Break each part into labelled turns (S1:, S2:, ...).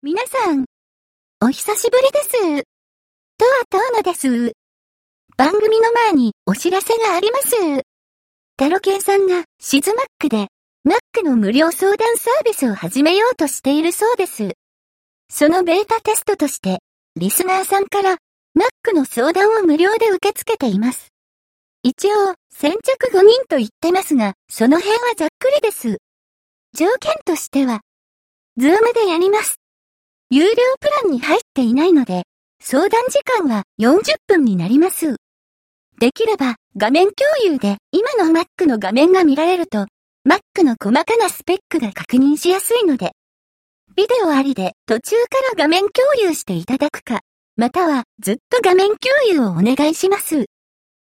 S1: 皆さん、お久しぶりです。とわとうのです。番組の前にお知らせがあります。タロケンさんがシズマックで、マックの無料相談サービスを始めようとしているそうです。そのベータテストとして、リスナーさんから、マックの相談を無料で受け付けています。一応、先着5人と言ってますが、その辺はざっくりです。条件としては、ズームでやります。有料プランに入っていないので、相談時間は40分になります。できれば画面共有で今の Mac の画面が見られると、Mac の細かなスペックが確認しやすいので、ビデオありで途中から画面共有していただくか、またはずっと画面共有をお願いします。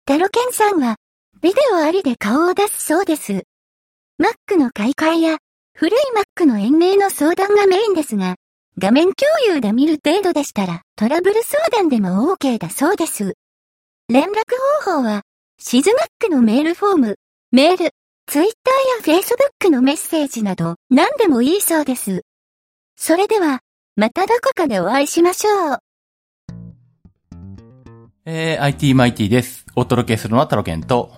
S1: タロケンさんは、ビデオありで顔を出すそうです。Mac の買い替えや、古い Mac の延命の相談がメインですが、画面共有で見る程度でしたらトラブル相談でも OK だそうです。連絡方法は、シズマックのメールフォーム、メール、ツイッターや Facebook のメッセージなど何でもいいそうです。それでは、またどこかでお会いしましょう。
S2: えー、IT マイティです。お届けするのはタロケンと、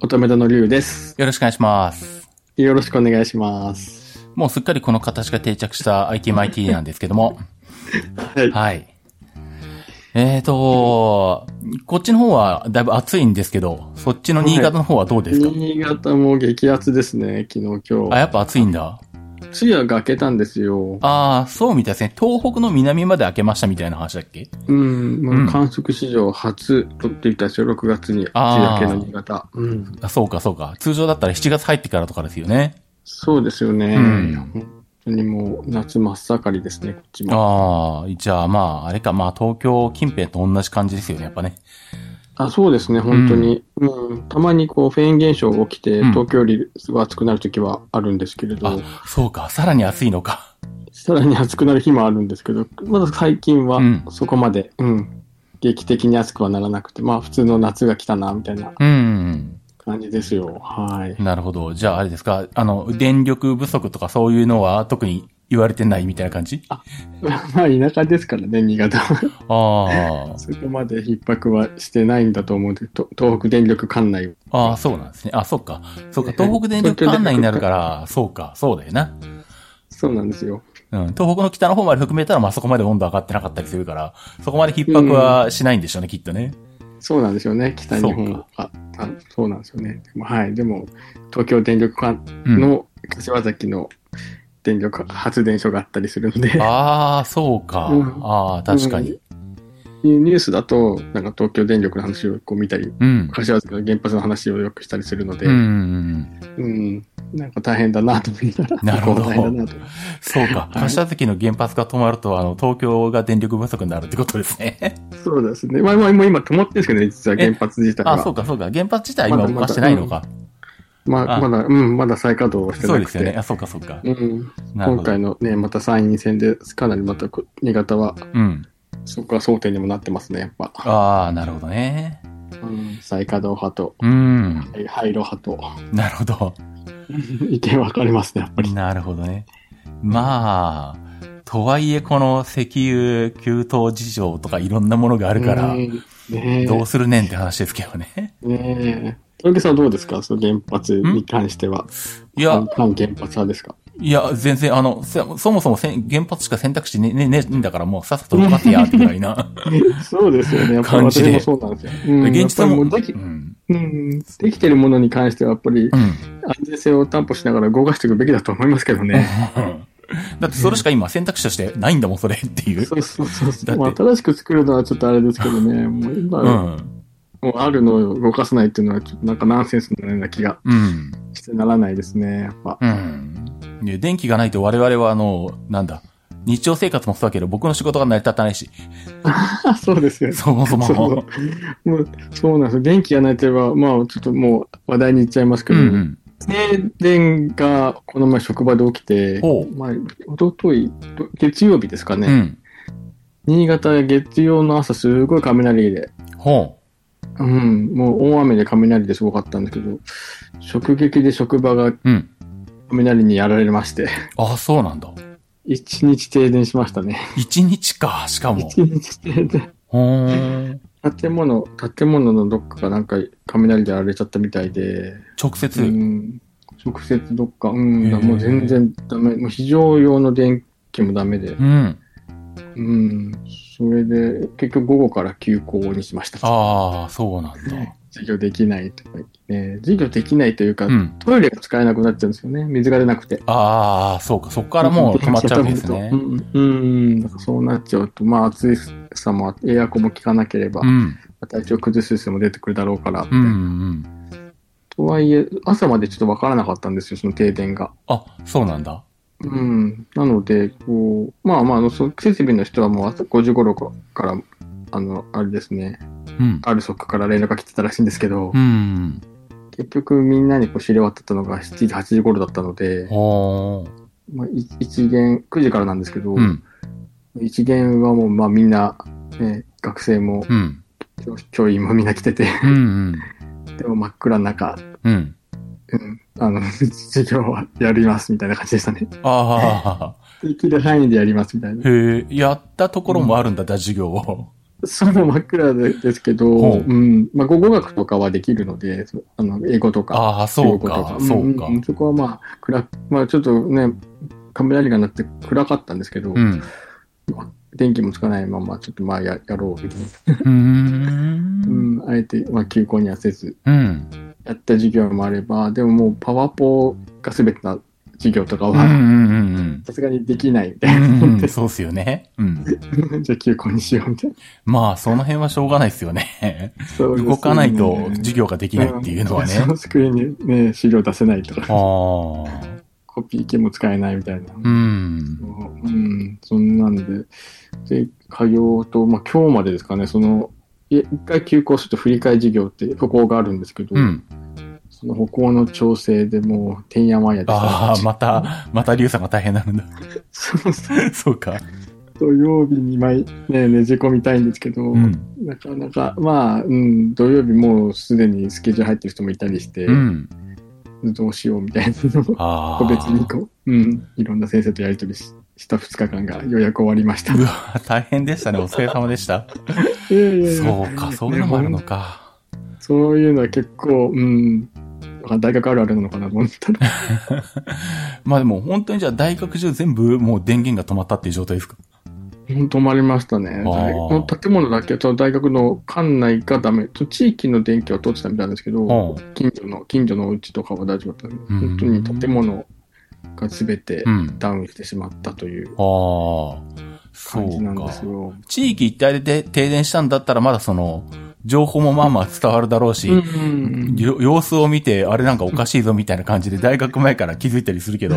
S3: 乙女座の竜です。
S2: よろしくお願いします。
S3: よろしくお願いします。
S2: もうすっかりこの形が定着した IT マイティなんですけども、
S3: はい。
S2: はい。えーと、こっちの方はだいぶ暑いんですけど、そっちの新潟の方はどうですか、
S3: 新潟も激アツですね、昨日今
S2: あ、
S3: 日。
S2: やっぱ暑いんだ。
S3: 梅雨はが明けたんですよ。
S2: あー、そうみたいですね。東北の南まで明けましたみたいな話だっけ
S3: うん、もう
S2: うん
S3: 観測史上初撮っていたでしょ、6月に。梅雨
S2: あー
S3: 明けの新潟。うん。
S2: あそうか、そうか。通常だったら7月入ってからとかですよね。
S3: そうですよね。
S2: うん
S3: 本当にもう夏真っ盛りですね、こっちも。
S2: あー、じゃあまあ、あれか、まあ東京近辺と同じ感じですよね、やっぱね。
S3: あ、そうですね、本当に。うん。たまにこう、フェーン現象が起きて、
S2: うん
S3: 東京よりすごい暑くなる時はあるんですけれど、
S2: あ、そうか、さらに暑いのか。
S3: さらに暑くなる日もあるんですけど、まだ最近は
S2: うん
S3: そこまで、うん、劇的に暑くはならなくて、まあ普通の夏が来たな、みたいな
S2: うん。
S3: 感じですよ。はい。
S2: なるほど。じゃあ、あれですか、あの、電力不足とかそういうのは特に言われてないみたいな感じ
S3: まあ田舎ですからね、新潟は。
S2: あ
S3: そこまで逼迫はしてないんだと思うんで、と東北電力管内
S2: あ、ああ、そうなんですね。あ、そうか。そうか、東北電力管内になるから、そうか、そうだよな。
S3: そうなんですよ。
S2: うん、東北の北の方まで含めたら、まあそこまで温度上がってなかったりするから、そこまで逼迫はしないんでしょうね、きっとね。
S3: そうなんですよね、北日本
S2: そう
S3: は。ああそうなんですよね。でもはい。でも、東京電力管
S2: うん。
S3: の柏崎の電力発電所があったりするので、
S2: ああ、そうか。
S3: うん
S2: ああ、確かに。
S3: ニュースだと、なんか東京電力の話をこう見たり、
S2: うん。
S3: 柏崎の原発の話をよくしたりするので、
S2: う
S3: うん、
S2: ん。
S3: なんか大変だなと思いながら、
S2: なるほど
S3: 向こうも大変だなと。
S2: そうか。柏崎の原 発が止まると、あの、東京が電力不足になるってことですね。
S3: そうですね。まあ、まあ、もう今止まってるんですけどね、実は原発自体
S2: あ、そう
S3: は。
S2: か、そうか。原発自体は今
S3: まだ
S2: 動
S3: ま
S2: か
S3: だ
S2: してないのか。
S3: ま
S2: あ
S3: あ、まだ、うん、まだ再稼働はして
S2: そう
S3: な
S2: で
S3: く
S2: すよね。
S3: て。
S2: あ、そうか、そうか。
S3: うん、
S2: なる
S3: 今
S2: ほど
S3: 回。のね、また参院選で、かなりまたこ新潟は、
S2: うん。
S3: そこが争点にもなってますね、やっぱ。
S2: ああ、なるほどね。
S3: うん、再稼働派と、
S2: うん。
S3: はい廃炉派と、
S2: なるほど。
S3: 意見分かれますね、やっぱり。
S2: なるほどね。まあ、とはいえこの石油給湯事情とかいろんなものがあ
S3: あ
S2: るから、
S3: ね
S2: どうするねんって話ですけど ね。
S3: え。ねえ。小池さんはどうですかその原発に関しては。
S2: いや、
S3: 反原発派ですか
S2: いや、全然、あの、そそもそもせん原発しか選択肢ね、ね、ね、ねんだからもうさっさと動かせや、ってぐらいな。
S3: そうですよね。やっぱり
S2: 感じ
S3: 私
S2: で
S3: もそうなんですよ。うん、
S2: 現実はも
S3: や
S2: う、う
S3: っぱりもう
S2: ん。
S3: でき、うん、できてるものに関しては、やっぱり
S2: うん。
S3: 安全性を担保しながら動かしていくべきだと思いますけどね。
S2: だってそれしか今選択肢としてないんだもん、それっていう。
S3: そうそうそうそ
S2: だっ
S3: う。
S2: て
S3: まあ新しく作るのはちょっとあれですけどね、もう今、
S2: うん。
S3: もうあるのを動かさないっていうのは、ちょっとなんかナンセンスのような気が
S2: うん。
S3: してならないですね、やっぱ。
S2: うん。で電気がないと我々はあの、なんだ。日常生活もそうだけど、僕の仕事が成り立たないし、
S3: そうですよね。
S2: そもそも。
S3: そうもうそうなんですよ。電気がないといえば、まあ、ちょっともう話題に行っちゃいますけ
S2: う
S3: ど、
S2: んうん。
S3: 停電がこの前職場で起きて
S2: ほう、
S3: まあ、一昨日ど月曜日ですかね。
S2: うん。
S3: 新潟月曜の朝すごい雷で、
S2: ほ
S3: うん、もう大雨で雷ですごかったんですけど、直撃で職場が
S2: う。うん。
S3: 雷にやられまして、
S2: あ、そうなんだ。
S3: 一日停電しましたね。
S2: 一日か、しかも。
S3: 一日停電。
S2: ほーん。
S3: 建物、建物のどっかがなんか雷で荒れちゃったみたいで、
S2: 直
S3: う
S2: 接。
S3: ん、直接どっか、
S2: へ
S3: うん、
S2: ー
S3: もう全然ダメ、もう非常用の電気もダメで
S2: う、ん。
S3: うん、それで結局午後から休校にしました。
S2: ああ、そうなんだ。
S3: 授業できないとか言ってね、授業できないというか、
S2: うん。
S3: トイレが使えなくなっちゃうんですよね、水が出なくて。
S2: ああ、そうか。そこからもう止まっちゃうわけですね
S3: う。ん、うん、だからそうなっちゃうと、まあ暑さもあってエアコンも効かなければ
S2: う、ん。
S3: 体調崩す人も出てくるだろうから、
S2: うん。うん。
S3: とはいえ、朝までちょっとわからなかったんですよ、その停電が。
S2: あ、そうなんだ。
S3: うん。なので、こう、まあまああの、その設備の人はもう朝5時頃から、あの、あれですね、
S2: うん。
S3: アルソックから連絡が来てたらしいんですけど、
S2: うん。
S3: 結局みんなにこう知り渡ったのが7時、8時頃だったので、
S2: おー。
S3: まあ、い一元、9時からなんですけど、
S2: うん。
S3: 一元はもう、まあみんな、ね、学生も
S2: うん。
S3: 教教員もみんな来てて、
S2: うん。うん。
S3: でも真っ暗な中、
S2: うん。
S3: うん、あの、授業はやりますみたいな感じでしたね。
S2: あ
S3: できる範囲でやりますみたいな
S2: あ。。 へえ、やったところもあるんだ、だ、授業を。
S3: その真っ暗でですけど、
S2: ほう
S3: うん。まあ、語学とかはできるので、そあの、英語とか、
S2: ああ、そう
S3: 中
S2: か、
S3: 国
S2: そ
S3: 語
S2: う
S3: と
S2: か
S3: ん。んそこはまあ、暗、まあ、ちょっとね、雷が鳴って暗かったんですけど、
S2: うん。
S3: 電気もつかないまま、ちょっとまあや、やろうみたいな。
S2: うー。
S3: うんん。あえて、まあ、休校にはせず、
S2: うん。
S3: やった授業もあれば、でももう、パワポが全てな授業とか
S2: うん。う
S3: は、
S2: ん。うん
S3: さすがにできないみ
S2: う
S3: たいな。
S2: ん。うん。そうっすよね。うん。
S3: じゃあ休校にしようみたいな。
S2: まあ、その辺はしょうがないですよね。
S3: そうですね
S2: 動かないと授業ができないっていうのはね。
S3: んそスクリーンにね、資料出せないとか、
S2: ああ。
S3: コピー機も使えないみたいな。
S2: うん。
S3: うん、そんなんで。で、火曜と、まあ今日までですかね、その、い一回休校すると振り替え授業って歩行があるんですけど、
S2: うん。
S3: その歩行の調整でもう、てんやまんやで
S2: ああ、また、またリュウさんが大変になるんだ。
S3: そうそう
S2: そうか。
S3: 土曜日に毎、ね、ねじ込みたいんですけど、
S2: うん。
S3: なかなか、まあ、うん、土曜日もうすでにスケジュール入ってる人もいたりして、
S2: うん。
S3: どうしようみたいなのを
S2: ああ。
S3: 個別にこう、うん、いろんな先生とやりとりしした2日間がようやく終わりました。
S2: うわ、大変でしたね。お疲れ様でした。
S3: いやいやいや
S2: そうか、そういうのもあるのか。
S3: そういうのは結構、うん、大学あるあるなのかなと思っ たら、
S2: まあでも、本当にじゃあ大学中全部もう電源が止まったっていう状態ですか
S3: うん止まりましたね。
S2: あー
S3: 大この建物だけ、その大学の館内がダメ、と地域の電気は通ってたみたいなんですけ
S2: う
S3: ど、
S2: ん。
S3: 近所の、近所のお家とかは大丈夫だったけど、
S2: うん
S3: 本当に建物が全て
S2: うん。
S3: ダウンしてしまったという
S2: ああ。そ
S3: 感じな
S2: うん
S3: で
S2: か
S3: す。よ。
S2: 地域一体で停電したんだったらまだその、情報もまあまあ伝わるだろうし、
S3: うんうん
S2: よ様子を見て、あれなんかおかしいぞみたいな感じで大学前から気づいたりするけど、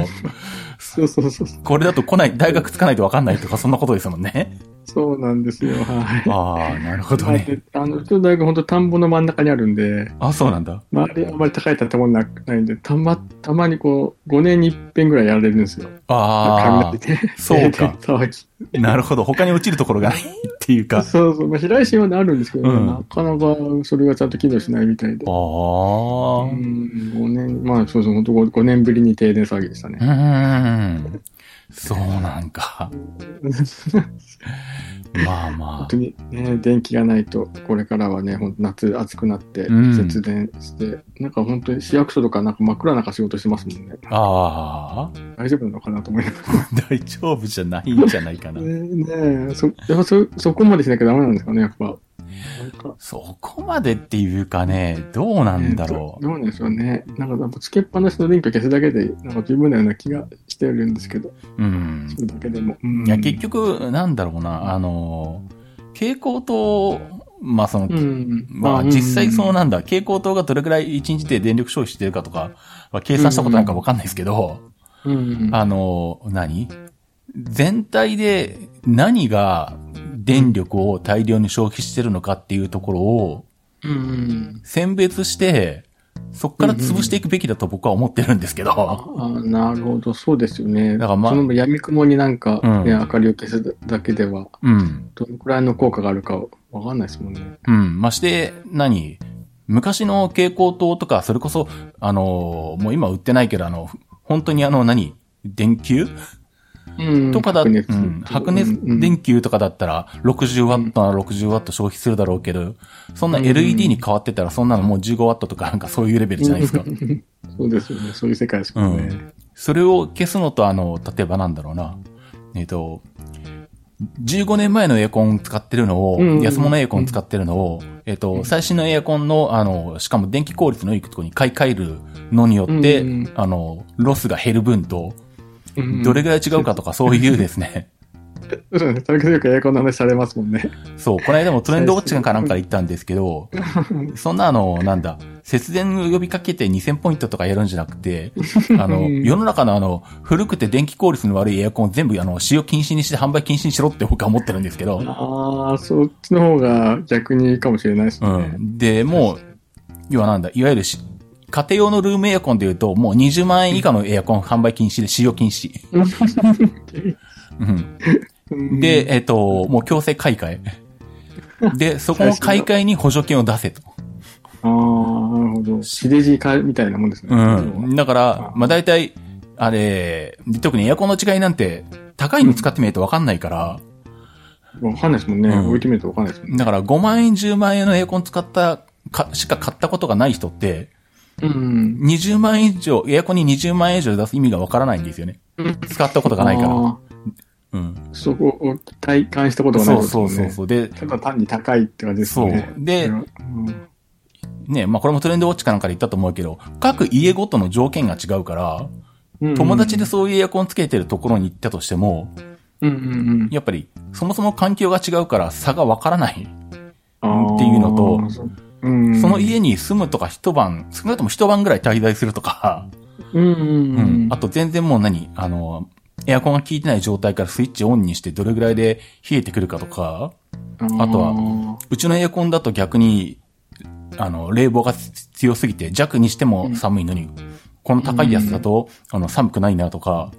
S3: そうそうそう。
S2: これだと来ない、大学つかないとわかんないとか、そんなことですもんね。
S3: そうなんですよ。はい。
S2: ああ、なるほど
S3: まあ
S2: ね。
S3: であの、うちの大学本当田んぼの真ん中にあるんで、
S2: あそうなんだ。
S3: 周りあんまり高い建物なくないんで、たま、たまにこう、5年に一遍ぐらいやられるんですよ。
S2: あ
S3: 雷で。
S2: あ、そう か。
S3: 騒ぎ。
S2: なるほど。他に落ちるところがないっていうか。あ
S3: そうそう。まあ、飛来心はなるんですけど、
S2: うん
S3: なかなかそれがちゃんと機能しないみたいで。
S2: あ
S3: うん、。5年、まあそうそう、本当5年ぶりに停電騒ぎでした
S2: う
S3: ね。
S2: ーん。そうなんか。まあま
S3: 本当にね、電気がないと、これからはね、ほんと夏暑くなって
S2: うん、
S3: 節電して、なんか本当に市役所とかなんか真っ暗な中仕事してますもんね。
S2: あ。ああ。
S3: 大丈夫なのかなと思います
S2: 大丈夫じゃないんじゃないかな。
S3: ねねえ、そ、やっぱそ、そこまでしなきゃダメなんですかね、やっぱ。なんか、
S2: そこまでっていうかね、どうなんだろ
S3: えーどどうなんでしょうね。なんか、なんかつけっぱなしの電気を消すだけで、なんか十分なような気がしてるんですけど、
S2: う。うん
S3: そ。れだけでも。うん
S2: いや、結、局、なんだろうな、あの、蛍光灯、まあその、
S3: うん。
S2: まあ実際そう
S3: な、
S2: なんだ、蛍光灯がどれくらい1日で電力消費してるかとか、は計算したことないからわかんないですけど、
S3: うん。
S2: あの、何全体で何が電力を大量に消費してるのかっていうところを
S3: うん。
S2: 選別して、そこから潰していくべきだと僕は思ってるんですけ
S3: あ
S2: ど。
S3: あ、なるほど、そうですよね。
S2: だからまあ
S3: その闇雲になんか、
S2: うん
S3: ね、明かりを消すだけでは、
S2: うん。
S3: どのくらいの効果があるかわかんないですもんね。
S2: うん。まして、何昔の蛍光灯とか、それこそ、あのーもう今売ってないけど、あの、本当にあの何、電球
S3: うん
S2: とかだ、
S3: 熱
S2: うん白熱電球とかだったら、60ワットなら60ワット消費するだろうけど、そんな
S3: うん
S2: LED に変わってたら、そんなのもう15ワットとかなんかそういうレベルじゃないですか。
S3: そうですよね。そういう世界ですもんね。
S2: それを消すのと、あの、例えばなんだろうな。えっ、と、15年前のエアコン使ってるのを、
S3: うん
S2: 安物エアコン使ってるのを、えっ、と、最新のエアコンの、あの、しかも電気効率のいいところに買い替えるのによって、
S3: うん
S2: あの、ロスが減る分と、
S3: うん
S2: どれぐらい違うかとか、そういうですね。
S3: そうですね。それよくエアコンの話されますもんね。
S2: そう、この間もトレンドウォッチかなんかで行ったんですけ ど、そんなあの、なんだ、節電を呼びかけて2000ポイントとかやるんじゃなくて、あの、世の中のあの、古くて電気効率の悪いエアコンを全部あの、使用禁止にして販売禁止にしろって僕は思ってるんですけど、
S3: ああ、そっちの方が逆にいいかもしれないです
S2: う
S3: ね。
S2: ん。で、もう、要はなんだ、いわゆるし、家庭用のルームエアコンで言うと、もう20万円以下のエアコン販売禁止で使用禁止。うん。
S3: うん、
S2: で、えっ、と、もう強制買い替え。で、そこの買い替えに補助金を出せと。
S3: ああ、なるほど。地デジ化みたいなもんですね。
S2: うん。だから
S3: あ、
S2: まあ、大体、あれ、特にエアコンの違いなんて、高いの使ってみないとわかんないから、
S3: わかんないですもんね。
S2: うん
S3: 置いてみるとわかんないですもんね。
S2: だから5万円、10万円のエアコン使ったか、しか買ったことがない人って、
S3: うん。
S2: 20万円以上、エアコンに20万円以上出す意味がわからないんですよね。使ったことがないから。
S3: あ
S2: うん。
S3: ーそこを体感したことがない
S2: そ
S3: で
S2: う
S3: すも
S2: そ
S3: ん
S2: うそ
S3: ね。
S2: うそう。で、
S3: ただ単に高いって感じですね。
S2: そうで
S3: ん
S2: ね、まあ、これもトレンドウォッチかなんかで言ったと思うけど、各家ごとの条件が違うから、友達で、そういうエアコンつけてるところに行ったとしても、
S3: うんうんうん、
S2: やっぱり、そもそも環境が違うから差がわからない。
S3: あー
S2: っていうのと
S3: そうん、
S2: その家に住むとか一晩、少なくとも一晩ぐらい滞在するとか、
S3: うんうん
S2: う
S3: うんん、
S2: あと全然もう何あの、エアコンが効いてない状態からスイッチオンにしてどれぐらいで冷えてくるかとか、あとは
S3: は、
S2: うちのエアコンだと逆に、あの、冷房が強すぎて弱にしても寒いのに、この高いやつだと、あの、寒くないなとか、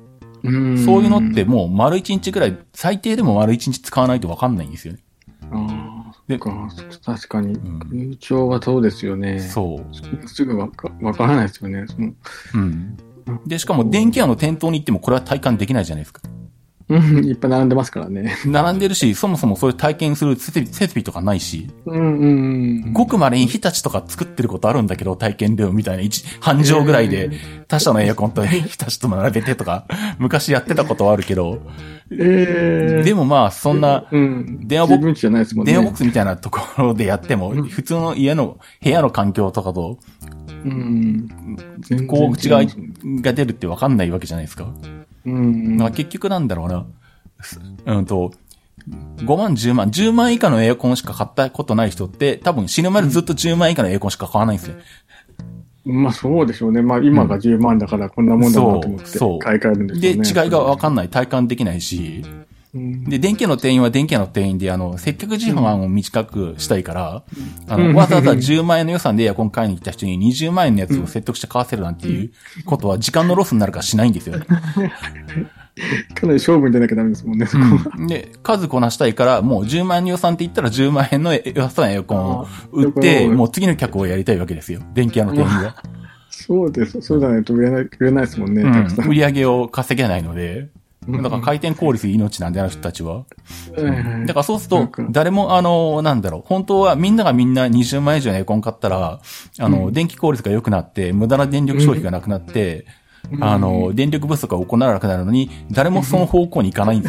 S3: うん
S2: そういうのって、もう丸一日ぐらい、最低でも丸一日使わないとわかんないんですよね。
S3: あー
S2: で
S3: そっか確かに、
S2: ん
S3: 空調はそうですよね。
S2: そう。
S3: すぐわかわからないですよね。その
S2: うん。で、しかも電気屋の店頭に行ってもこれは体感できないじゃないですか。
S3: うん、いっぱい並んでますからね。
S2: 並んでるし、そもそもそういう体験する設備設備とかないし、
S3: うんうん。
S2: ごくまれに日立とか作ってることあるんだけど、体験料みたいな、一、半畳ぐらいで、他社のエアコンと 日立と並べてとか、昔やってたことはあるけど、
S3: えー、
S2: でもまあ、そんな、
S3: うん、
S2: 電話ボッ
S3: 自分家じゃないですもんね。
S2: 電話ボックスみたいなところでやっても、
S3: うん
S2: 普通の家の、部屋の環境とかと、
S3: うん。全然
S2: こう、違
S3: ますもん
S2: い
S3: ね
S2: が出るってわかんないわけじゃないですか。
S3: うん。
S2: まあ結局なんだろうな。すうんと、5万、10万、10万以下のエアコンしか買ったことない人って、多分死ぬまでずっと10万以下のエアコンしか買わないんですね。
S3: まあそうでしょうね。まあ今が10万だからこんなもんだなと思
S2: そう
S3: って
S2: そう
S3: 買い替えるんです
S2: で、
S3: よね。
S2: 違いがわ
S3: ん
S2: かんない、体感できないし、
S3: うん
S2: で、電気屋の店員は電気屋の店員で、あの、接客時間を短くしたいから、あ
S3: う
S2: の、
S3: ん
S2: わざわざ10万円の予算でエアコン買いに来た人に20万円のやつを説得して買わせるなんていうことは時間のロスになるからしないんですよね。
S3: かなり勝負に出なきゃダメですもんね、そこ
S2: で、数こなしたいから、もう10万円の予算って言ったら10万円の予算エアコンを売っ
S3: あ
S2: て、
S3: ー
S2: もう次の客をやりたいわけですよ。電気屋の店員 は。
S3: そうです。そうじゃないと売れない、売れないですもんね、
S2: うん
S3: たくさん。
S2: 売り上げを稼げないので。
S3: うん
S2: だから回転効率命なんで、あの人たちは。
S3: はいはい
S2: だからそうす
S3: な
S2: る
S3: ん
S2: と
S3: か、
S2: 誰も、あの、なんだろう、本当はみんながみんな20万円以上のエアコン買ったら、あの、電気効率が良くなって、無駄な電力消費がなくなって、
S3: うん
S2: あの、電力不足が行わなくなるのに、誰もその方向に行かないんで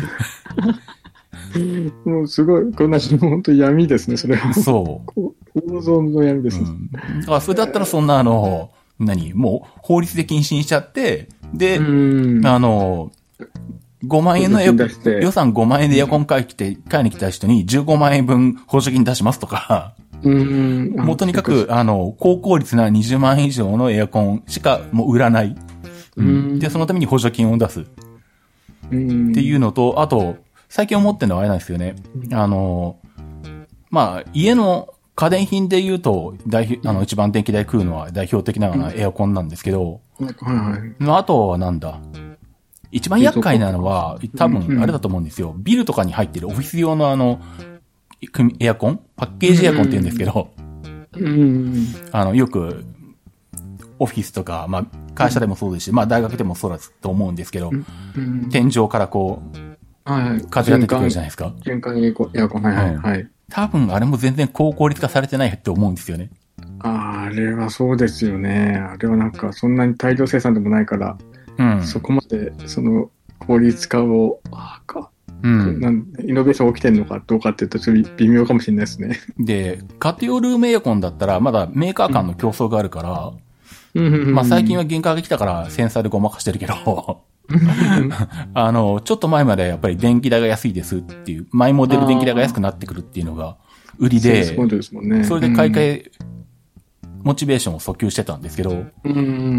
S2: す よ。
S3: もうすごい、こんな人、本当に闇ですね、それは。
S2: そ
S3: こう構造の闇で
S2: う。
S3: す
S2: う
S3: ね。
S2: ん。だからそれだったらそんな、あの、何もう法律で禁止にしちゃって、で、
S3: うん
S2: あの、5万円のエアコ
S3: 補助金出して
S2: ン、予算5万円でエアコン買い来て、買いに来た人に15万円分補助金出しますとか、
S3: うん。
S2: もうとにかく、あの、高効率な20万円以上のエアコンしかもう売らない。
S3: うん
S2: で、そのために補助金を出すっ
S3: うん、
S2: ていうのと、あと、最近思ってるのはあれなんですよね。あの、まあ、家の家電品で言うと、代表、あの、一番電気代食うのは代表的なのはエアコンなんですけど、
S3: はいはい。
S2: まああとはなんだ。一番厄介なのは、多分あれだと思うんですよ。ビルとかに入ってるオフィス用のあの、組エアコンパッケージエアコンって言うんですけど、
S3: うん。
S2: あの、よく、オフィスとか、まあ、会社でもそうですし、まあ、大学でもそうだと思うんですけど、
S3: うん
S2: 天井からこ、
S3: はいはいう
S2: 風が出てくるじゃないですか。
S3: 循環エコエアコン、はいはい、
S2: うん
S3: はい。
S2: 多分、あれも全然高効率化されてないと思うんですよね。
S3: あーあれはそうですよね。あれはなんか、そんなに大量生産でもないから、
S2: うん。
S3: そこまで、その、効率化を、あーか、
S2: うん。
S3: なん、イノベーション起きてるのかどうかって言ったら、ちょっと微妙かもしれないですね。
S2: で、家庭ルームエアコンだったら、まだメーカー間の競争があるから、まあ最近は原価が来たからセンサーでごまかしてるけど、 あの、ちょっと前までやっぱり電気代が安いですっていう、マイモデル電気代が安くなってくるっていうのが売りで、
S3: そうですもんね。
S2: それで買い替え、モチベーションを訴求してたんですけど、
S3: うん、うん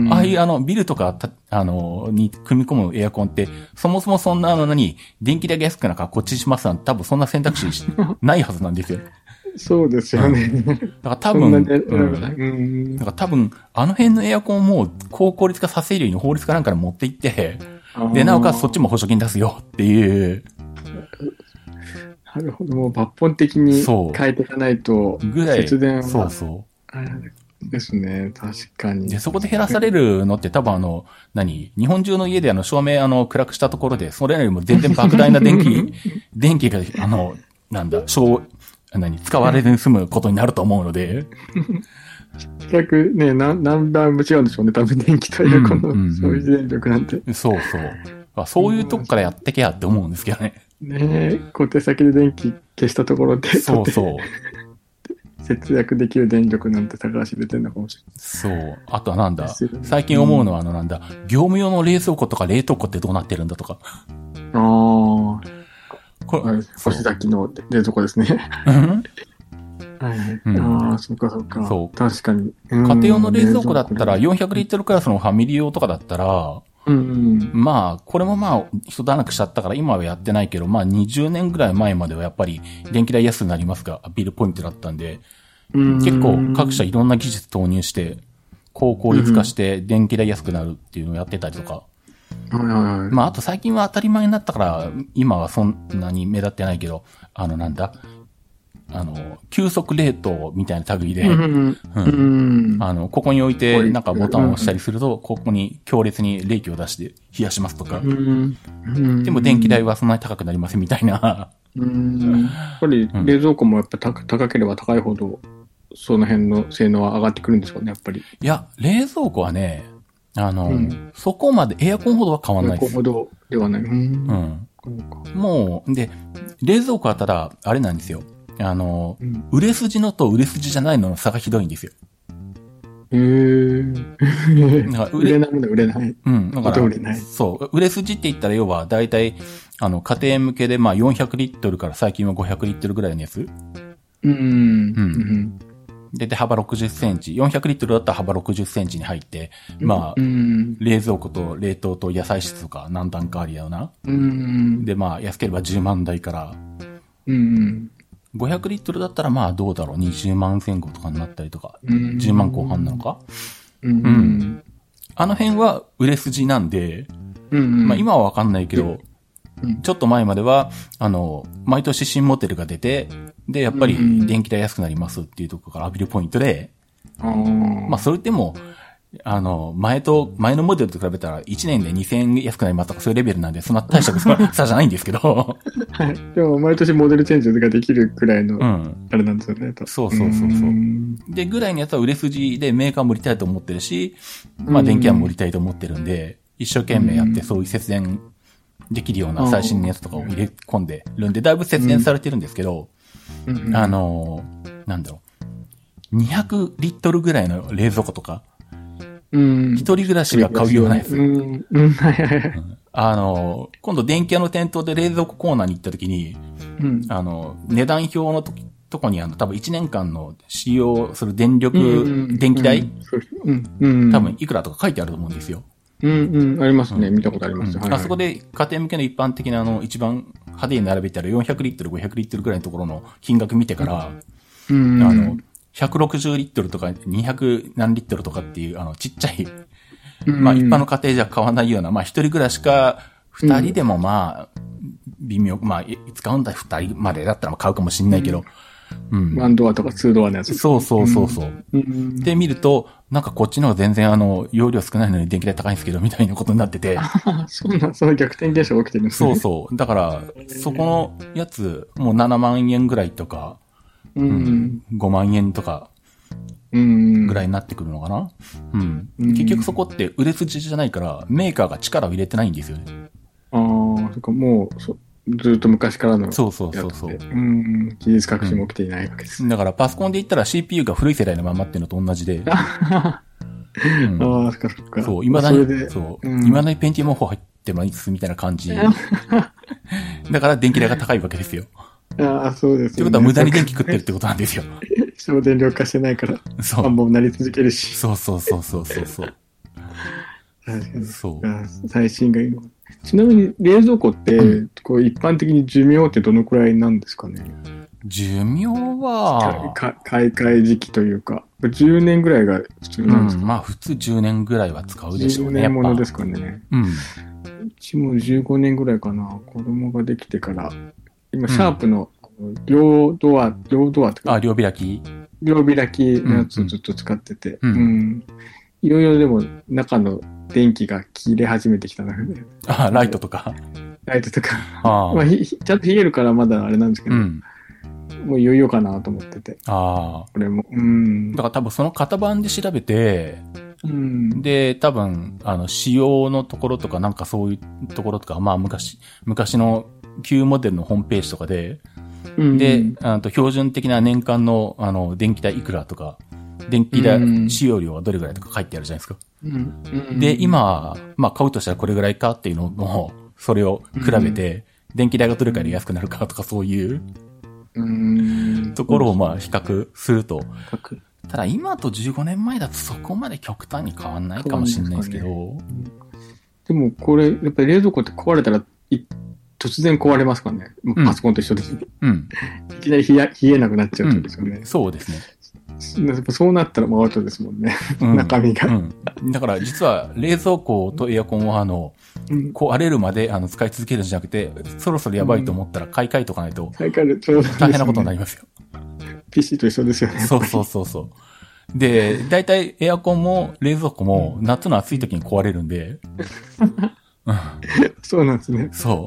S3: うん
S2: ああいうあの、ビルとかた、あの、に組み込むエアコンって、そもそもそんなあの何、電気代が安くなるからこっちにしますなんて多分そんな選択 肢ないはずなんですよ。だ
S3: そうですよね。
S2: から多
S3: そん
S2: 分、
S3: なね
S2: うん
S3: うん
S2: なんか多分、あの辺のエアコンも高効率化させるように法律かなんかに持っていって、で、なおかつそっちも補助金出すよっていう
S3: なるほど、もう抜本的に
S2: そう
S3: 変えていかないと、
S2: ぐらい。
S3: 節電は
S2: そうそ
S3: あれですね、確か
S2: う。
S3: に
S2: で、。そこで減らされるのって多分あの、何日本中の家であの、照明あの、暗くしたところで、それよりも全然莫大な電気、電気が、あの、なんだ、消、何使われずに済むことになると思うので、
S3: 結局ね、何、何倍も違うんでしょうね、多分電気とエアコンの
S2: うんうんうん
S3: 消費電力なんて。
S2: そうそう。あそういうとこからやってけやって思うんですけどね。
S3: ね小手先で電気消したところで、
S2: そう
S3: 取
S2: そ
S3: っ
S2: う。
S3: て節約できる電力なんて高橋出てるのかもし
S2: そう。あとはなんだ
S3: ですよね
S2: 最近思うのはあのなんだ業務用の冷蔵庫とか冷凍庫ってどうなってるんだとか。
S3: れない。あ
S2: こ
S3: あ、は
S2: れ、
S3: い、
S2: そう
S3: 腰先の冷蔵庫ですね。
S2: うん
S3: はいはい
S2: うん
S3: ああ、そっかそっか。
S2: そう
S3: 確かに。家
S2: 家庭用の冷蔵庫だったら、400リットルクラスのファミリー用とかだったら、
S3: うんうん。
S2: まあ、これもまあ、人だらくしちゃったから今はやってないけど、まあ20年ぐらい前まではやっぱり電気代安くなりますが、アピールポイントだったんで、
S3: うん
S2: 結構各社いろんな技術投入して、高効率化して電気代安くなるっていうのをやってたりとか。
S3: はいはいはい。
S2: まあ、あと最近は当たり前になったから、今はそんなに目立ってないけど、あの、なんだ、あの、急速冷凍みたいな類で、
S3: うんうん
S2: う
S3: うん。
S2: あの、ここに置い
S3: こ
S2: て、
S3: ういう
S2: なんかボタンを押したりすると、ここに強烈に冷気を出して冷やしますとか、
S3: うん
S2: でも電気代はそんなに高くなりませんみたいな、
S3: うんやっぱり冷蔵庫もやっぱ高高ければ高いほど、その辺の性能は上がってくるんですよね、やっぱり。
S2: いや、冷蔵庫はね、あの、
S3: うん
S2: そこまでエアコンほどは変わんないで
S3: 高
S2: す
S3: ほ。どではない。う。
S2: うんん。もう、で、冷蔵庫はただ、あれなんですよ。あの、
S3: うん
S2: 売れ筋のと売れ筋じゃないのの差がひどいんですよ。
S3: へー
S2: なんか売
S3: 売
S2: れ
S3: れないものは売れない。
S2: うん。だか
S3: また
S2: ら、
S3: 売れない
S2: そう。売れ筋って言ったら、要は、だいたい、あの、家庭向けで、まあ、400リットルから最近は500リットルぐらいのやつ。
S3: うん。うん
S2: で、で、幅60センチ。400リットルだったら幅60センチに入って、まあ
S3: う、ん。
S2: 冷蔵庫と冷凍と野菜室とか何段かありだよな。
S3: うん。
S2: で、まあ、安ければ10万台から。
S3: うん。
S2: 500リットルだったら、まあ、どうだろう。20万前後とかになったりとか。
S3: うん
S2: 10万後半なのか。
S3: うん。
S2: んあの辺は売れ筋なんで、
S3: うん。
S2: まあ今はわかんないけど
S3: うん、
S2: ちょっと前までは、あの、毎年新モデルが出て、で、やっぱ
S3: うん
S2: り電気代安くなりますっていうところからアピールポイントで、
S3: あー
S2: まあそれでも、あの、前と、前のモデルと比べたら1年で2000円安くなりますとかそういうレベルなんで、そんな大したことは 差じゃないんですけど、
S3: はい でも毎年モデルチェンジができるくらいの
S2: う、ん。
S3: あれなんですよね。
S2: そうそうそうそうんで、ぐらいのやつは売れ筋でメーカーも売りたいと思ってるし、まあ電気屋も売りたいと思ってるんで、一生懸命やってそういう節電できるような最新のやつとかを入れ込んでるんで、だいぶ節電されてるんですけど、
S3: うん
S2: あのーなんだろう。200リットルぐらいの冷蔵庫とか、
S3: うん
S2: 一人暮らしが買うようなや
S3: う
S2: つ。
S3: ん。うん。 はいはいはい。
S2: あのー今度電気屋の店頭で冷蔵庫コーナーに行った時に、
S3: うん。
S2: あのー値段表のととこにあの、多分1年間の使用する電
S3: うん
S2: 力、電気代、
S3: うん。うん。
S2: 多分。いくらとか書いてあると思うんですよ。
S3: うんうん。ありますね。見たことあり
S2: う
S3: ます。
S2: ん
S3: はいはい
S2: あそこで家庭向けの一般的なあの、一番派手に並べたら400リットル、500リットルぐらいのところの金額見てから、
S3: うん。
S2: あの、、160リットルとか200何リットルとかっていう、あの、ちっちゃい、まあ一般の家庭じゃ買わないような、まあ一人暮らしか、二人でもまあ、微妙、まあい使うんだ二人までだったら買うかもしんないけど、うん。
S3: ワンドアとかツードアのやつ。
S2: そうそうそうそう。
S3: うん
S2: で、見ると、なんかこっちの方が全然あの、容量少ないのに電気代高いんですけど、みたいなことになってて。
S3: あそうなん、その逆転現象が起きてるんです
S2: そ
S3: ね。
S2: うそう。だから、そこのやつ、もう7万円ぐらいとか、
S3: う。うん。
S2: 5万円とか
S3: うん。
S2: ぐら
S3: い。
S2: いになってくるのかな。うん。
S3: うん
S2: 結局そこって売れ筋じゃないから、メーカーが力を入れてないんですよね。
S3: ああ、そっか、もう、そずっと昔からの。
S2: そうそうそうそう
S3: やつ。でうん。技術革新も起きていないわけですね。
S2: だからパソコンで言ったら CPU が古い世代のまんまっていうのと同じで、うん
S3: ああ、そっかそっか。
S2: そう、未だ
S3: それ
S2: に、
S3: で、
S2: そう、
S3: うん
S2: 未だにペンティモン4入ってますみたいな感じ。だから電気代が高いわけですよ。
S3: ああ、そうです
S2: という
S3: よ
S2: こと
S3: ね
S2: は無駄に電気食ってるってことなんですよ。
S3: 省電量化してないから、
S2: そ
S3: パ
S2: う
S3: ン。ボになり続けるし。
S2: そうそうそうそうそうそう。
S3: 確かに
S2: そう。
S3: あー最新がいいのちなみに冷蔵庫って、
S2: う
S3: こう一般的に寿命ってどのくらいなんですかね
S2: 寿命は、
S3: か買い替え時期というか、10年ぐらいが普通
S2: う
S3: なんですか、
S2: ん、まあ普通10年ぐらいは使うでしょう
S3: ?10
S2: ね。やっ
S3: 年も
S2: ぱ。
S3: のですかね。
S2: うん。
S3: うちも15年ぐらいかな。子供ができてから。今、シャープの、両ドア、両ドアとか、
S2: あ、両開き。
S3: 両開きのやつをずっと使ってて、
S2: うん
S3: うんいろいろでも中の電気が切れ始めてきたな。
S2: あ、ライトとか。
S3: ライトとか。
S2: あ
S3: まあ、
S2: あ。
S3: ひひちゃんと冷えるからまだあれなんですけ
S2: う
S3: ど、
S2: ん。
S3: もういよいよかなと思ってて、
S2: ああ。
S3: これも。うん
S2: だ。から多分その型番で調べて、
S3: うん。
S2: で、多分、あの、仕様のところとか、なんかそういうところとか、まあ昔、昔の旧モデルのホームページとかで、
S3: うん
S2: で、あの標準的な年間の、あの、電気代いくらとか、電気
S3: うん
S2: 代使用量はどれぐらいとか書いてあるじゃないですか。
S3: うん
S2: で、、今、まあ買うとしたらこれぐらいかっていうのを、それを比べて、電気代がどれくらいで安くなるかとかそういう
S3: うん。
S2: ところをまあ比較すると、
S3: あ、各
S2: ただ今と15年前だとそこまで極端に変わんないかもしれないですけ
S3: 変
S2: ど、
S3: でもこれ、やっぱり冷蔵庫って壊れたら、い突然壊れますからね。もうパソコンと一緒で、
S2: うん、
S3: いきなり冷や冷えなくなっちゃうってことですよね。
S2: そうですね。
S3: やっぱそうなったらもうアウトですもんね。
S2: うん
S3: 中身が
S2: うん。だから実は冷蔵庫とエアコンはあの、
S3: うん。
S2: 壊れるまであの使い続けるんじゃなくて、そろそろやばいと思ったら買い替えとかないと
S3: 大会でちょうど、
S2: 大変なことになりますよ。
S3: PC と一緒ですよね。
S2: そうそうそうそう。で、大体エアコンも冷蔵庫も夏の暑い時に壊れるんで、うん
S3: そうなんですね。
S2: そ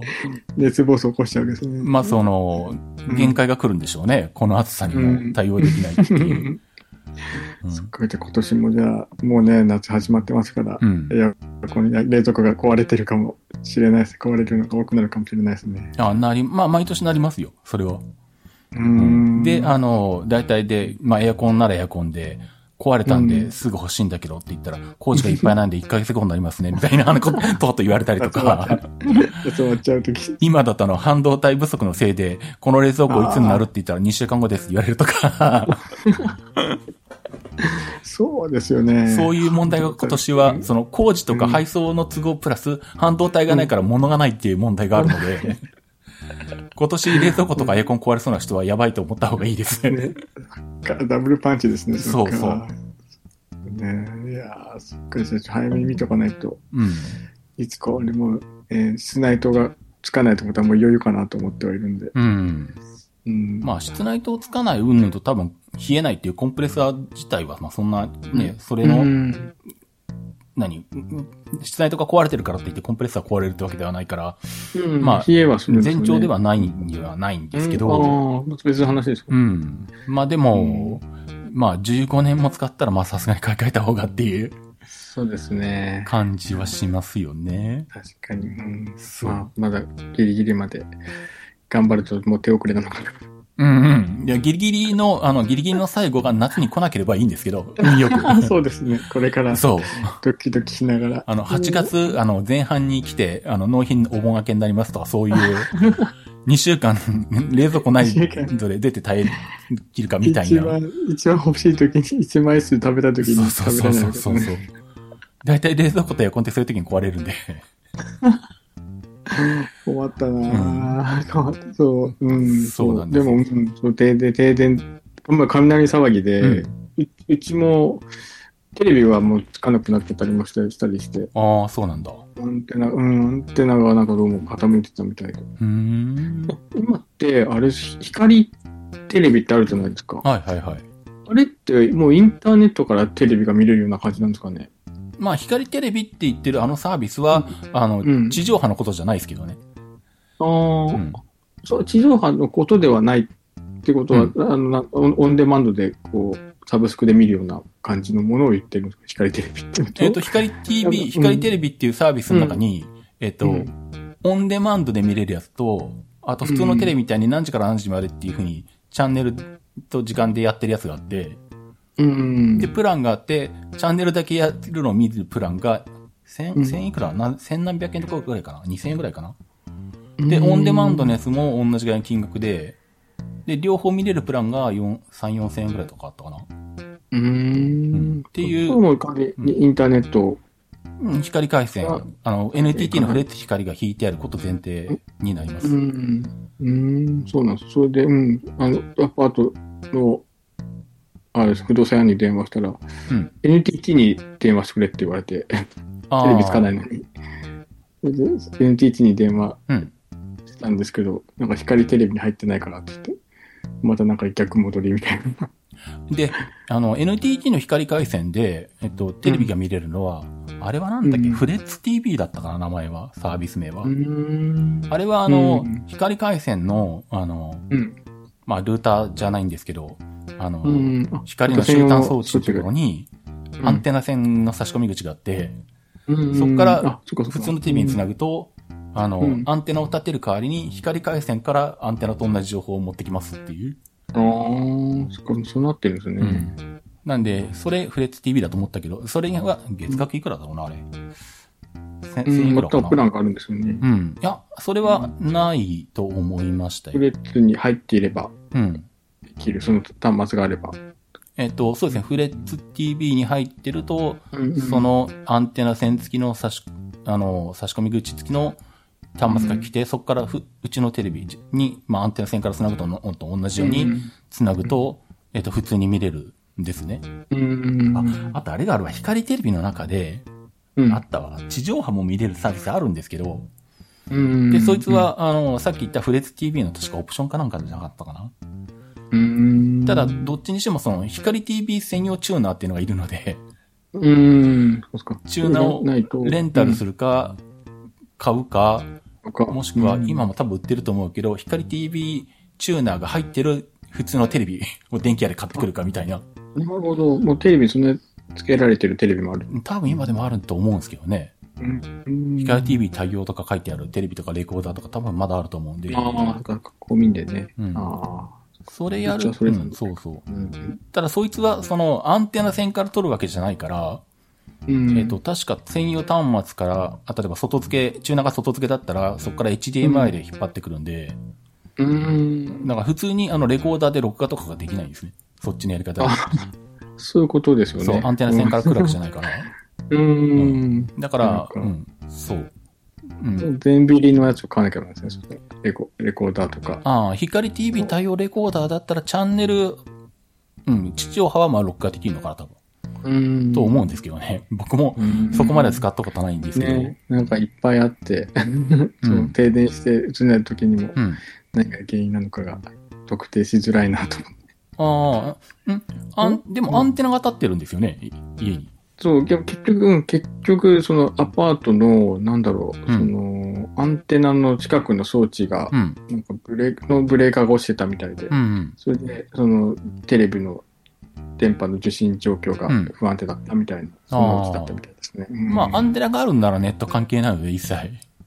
S3: 熱暴走起こしちゃうわけですね。
S2: う。まあその、限界が来るんでしょうね。この暑さにも対応できないって
S3: う
S2: いう。
S3: ん
S2: う
S3: そっ
S2: ん
S3: か、じゃあ今年もじゃあ、もうね、夏始まってますから
S2: う、ん。
S3: エアコンや冷蔵庫が壊れてるかもしれないです。壊れるのが多くなるかもしれないですね。
S2: あ、なり、まあ毎年なりますよ。それは。
S3: うーん。
S2: で、あの、大体で、まあ、エアコンならエアコンで、壊れたん
S3: う
S2: で
S3: ん
S2: すぐ欲しいんだけどって言ったら、工事がいっぱいなんで1ヶ月後になりますね、みたいなあのこと、とうとう言われたりとか、
S3: 集まっちゃうとき。
S2: 今だったの半導体不足のせいで、この冷蔵庫いつになるって言ったら2週間後ですって言われるとか、
S3: そうですよね。
S2: そういう問題が今年は、その工事とか配送の都合プラス、半導体がないから物がないっていう問題があるので、 今年冷蔵庫とかエアコン壊れそうな人はやばいと思った方がいいですね。
S3: ね、かダブルパンチですね、っか
S2: そうそう。
S3: ね、いやー、そっかり、じゃあ早めに見とかないと、
S2: うん。
S3: いつか俺も、えー、室内灯がつかないとことはもういよいよかなと思ってはいるんで。
S2: うん。
S3: うん。
S2: まあ、室内灯つかない云々と多分、冷えないっていうコンプレッサー自体は、まあ、そんな、ね、それ
S3: う
S2: の、
S3: ん
S2: 何、うん室内灯が壊れてるからって言ってコンプレッサー壊れるってわけではないから、
S3: うん
S2: まあ
S3: 冷えはするんですよ
S2: 前
S3: ね
S2: 兆ではないにはないんですけど、
S3: うんああ、別の話ですか
S2: う。ん。まあ、でも、まあ、15年も使ったら、まあ、さすがに買い替えた方がっていう
S3: そうですね。
S2: 感じはしますよね。
S3: 確かに。うん。
S2: そう
S3: まあ、まだギリギリまで頑張るともう手遅れなのかな。
S2: うんうん。いや、ギリギリの、あの、ギリギリの最後が夏に来なければいいんですけ ど、運よ
S3: あ
S2: く。
S3: そうですね。これから
S2: そう。
S3: ドキドキしながら。
S2: あの、8月、あの、前半に来て、あの、納品お盆明けになりますとか、そう いう、2週間、冷蔵庫ない
S3: 二週間
S2: どれ出て耐えきるかみたいな。
S3: 一番、一番欲しい時に、一枚数食べた時
S2: そう
S3: に
S2: そう
S3: 食
S2: そう
S3: べられない
S2: そ
S3: わ
S2: う
S3: けで
S2: そう
S3: すね。
S2: そう。大体冷蔵庫とエアコンってそういう時に壊れるんで。
S3: 困ったなぁ。困った。そう。うん。
S2: そうなんです
S3: でも、うん、そう停電、停電、まあ、雷騒ぎで、
S2: う
S3: ううちも、テレビはもうつかなくなってたりもしたりしたりして、
S2: ああ、そうなんだ。
S3: アンテナ、うん、アンテナがなんかどうも傾いてたみたいで。
S2: うーん。
S3: 今って、あれ、光っテレビってあるじゃないですか。
S2: はいはいはい。
S3: あれって、もうインターネットからテレビが見れるような感じなんですかね。
S2: まあ、光テレビって言ってるあのサービスは、あの、
S3: うん
S2: 地上波のことじゃないですけどね。
S3: ああ、
S2: うん。
S3: そう、地上波のことではないってことは、
S2: う
S3: あのなオン、オンデマンドで、こう、サブスクで見るような感じのものを言ってるんですか光テレビってこと。
S2: えっ、と、光
S3: うん
S2: TV、光テレビっていうサービスの中に、えっ、と、
S3: うん
S2: オンデマンドで見れるやつと、あと普通のテレビみたいに何時から何時までっていうふうに、チャンネルと時間でやってるやつがあって、
S3: うん
S2: で、。プランがあって、チャンネルだけやってるのを見るプランが、
S3: う
S2: 千、
S3: ん
S2: 千いくらな千何百円とかぐらいかな二千円ぐらいかなで、
S3: で
S2: オンデマンドのやつも同じぐらいの金額で、で、両方見れるプランが4、3、4千円ぐらいとかあったかな
S3: う
S2: うん
S3: ん。
S2: っていう
S3: これも完全にインターネット
S2: うん、光回線
S3: あ。
S2: あの、NTT のフレッツ光が引いてあること前提になりま
S3: う
S2: す。
S3: ん。うん、そうなんです。それで、うん、あの、アパートの、あれです、不動産屋に電話したら、
S2: うん。
S3: NTT に電話してくれって言われて、テ
S2: あ。
S3: レビつかないいのに。それで NTT に電話
S2: うん。
S3: したんですけど、なんか光テレビに入ってないからって言って、またなんか逆戻りみたいな。
S2: で、あの、NTT の光回線で、えっと、テレビが見れるのは、あれはなんだっけ、
S3: うん
S2: フレッツ TV だったかな、名前は、サービス名は。
S3: ん。
S2: あれは、あの、
S3: うん
S2: 光回線の、あの、
S3: うん。
S2: まあ、ルーターじゃないんですけど、あの、
S3: うん。あ
S2: 光の集団装置のところに、アンテナ線の差し込み口があって、
S3: うん
S2: そっから
S3: あそっかそっか
S2: 普通の TV につなぐと、あの、
S3: うん
S2: アンテナを立てる代わりに、光回線からアンテナと同じ情報を持ってきますっていう。
S3: ああ、そっか、そうなってるんですね。
S2: なんで、それ、フレッツ TV だと思ったけど、それが月額いくらだろうな、あれ。1000
S3: う
S2: 1000い
S3: ん、
S2: く
S3: ま
S2: ら
S3: た
S2: か
S3: プ
S2: な。
S3: ランがあるんですよね。
S2: うん。いや、それはないと思いました
S3: フ
S2: よ。
S3: レッツに入っていれば
S2: うん。
S3: できる、その端末があれば。
S2: えっと、そうですね、フレッツ TV に入ってると、
S3: うん
S2: そのアンテナ線付きの差し、あの、差し込み口付きの端末が来て、そこからふ、うちのテレビに、まあ、アンテナ線から繋ぐとの、と同じよう
S3: う
S2: に
S3: ん
S2: 繋ぐと、えっと、普通に見れるんですね。
S3: うん。
S2: あ、あとあれがあるわ、光テレビの中で、あったわ、地上波も見れるサービスあるんですけど、
S3: うん
S2: で、そいつ、は、あの、さっき言ったフレッツ TV の確かオプションかなんかじゃなかったかな。
S3: うん
S2: ただ、、どっちにしてもその、光 TV 専用チューナーっていうのがいるので、
S3: うん。そうっすか
S2: チューナーをレンタルするか、買うか、
S3: るか、
S2: もしくは今も多分売ってると思うけど、光 TV チューナーが入ってる普通のテレビ を電気屋で買ってくるかみたいな。
S3: なるほど。もうテレビ、そんなつけられてるテレビもある。
S2: 多分今でもあると思うんですけどね。
S3: うん
S2: 光 TV 対応とか書いてあるテレビとかレコーダーとか多分まだあると思うんで。
S3: ああ、なんか、公民でね。
S2: うん
S3: あ
S2: それや
S3: じ
S2: る。
S3: ゃあそれ
S2: うん、そうそう。
S3: あ。うん。
S2: ただそいつはそのアンテナ線から取るわけじゃないから、
S3: うん
S2: えっ、と、、確か専用端末から、あ例えば外付け、中長外付けだったら、そこから HDMI で引っ張ってくるんで、
S3: うん。
S2: なんか普通にあのレコーダーで録画とかができないんですね。そっちのやり方で。
S3: あそういうことですよね。
S2: そう、アンテナ線から来るわけじゃないから。
S3: うん。
S2: だから、
S3: う
S2: うんん、そう。うん。
S3: 全ビリのやつを買わなきゃなんですね。それレコレコーダーとか。
S2: ああ、光 TV 対応レコーダーだったらチャンネル、うん、地上波はまあ録画できるのかな、多分。
S3: うん
S2: と思うんですけどね。 僕もそこまで使ったことないんですけど。
S3: ね、なんかいっぱいあって、 そう
S2: うん
S3: 停電して映んない時にも
S2: うん。
S3: 何が原因なのかが特定しづらいなと思って。
S2: ああ、んあん、で
S3: うん
S2: もアンテナが立ってるんですよね、い家に。
S3: そう、でも結局、うん結局、そのアパートの、なんだろう、
S2: うん
S3: その、アンテナの近くの装置が
S2: う、ん。
S3: なんかブレークのブレーカーが落ちてたみたいで、
S2: うんうん。
S3: それで、その、テレビの電波の受信状況が
S2: うん
S3: 不安定だったみたいな、そんな落ちだったみたいですね。うん
S2: まあ、アンテナがあるんならネット関係ないので、一切。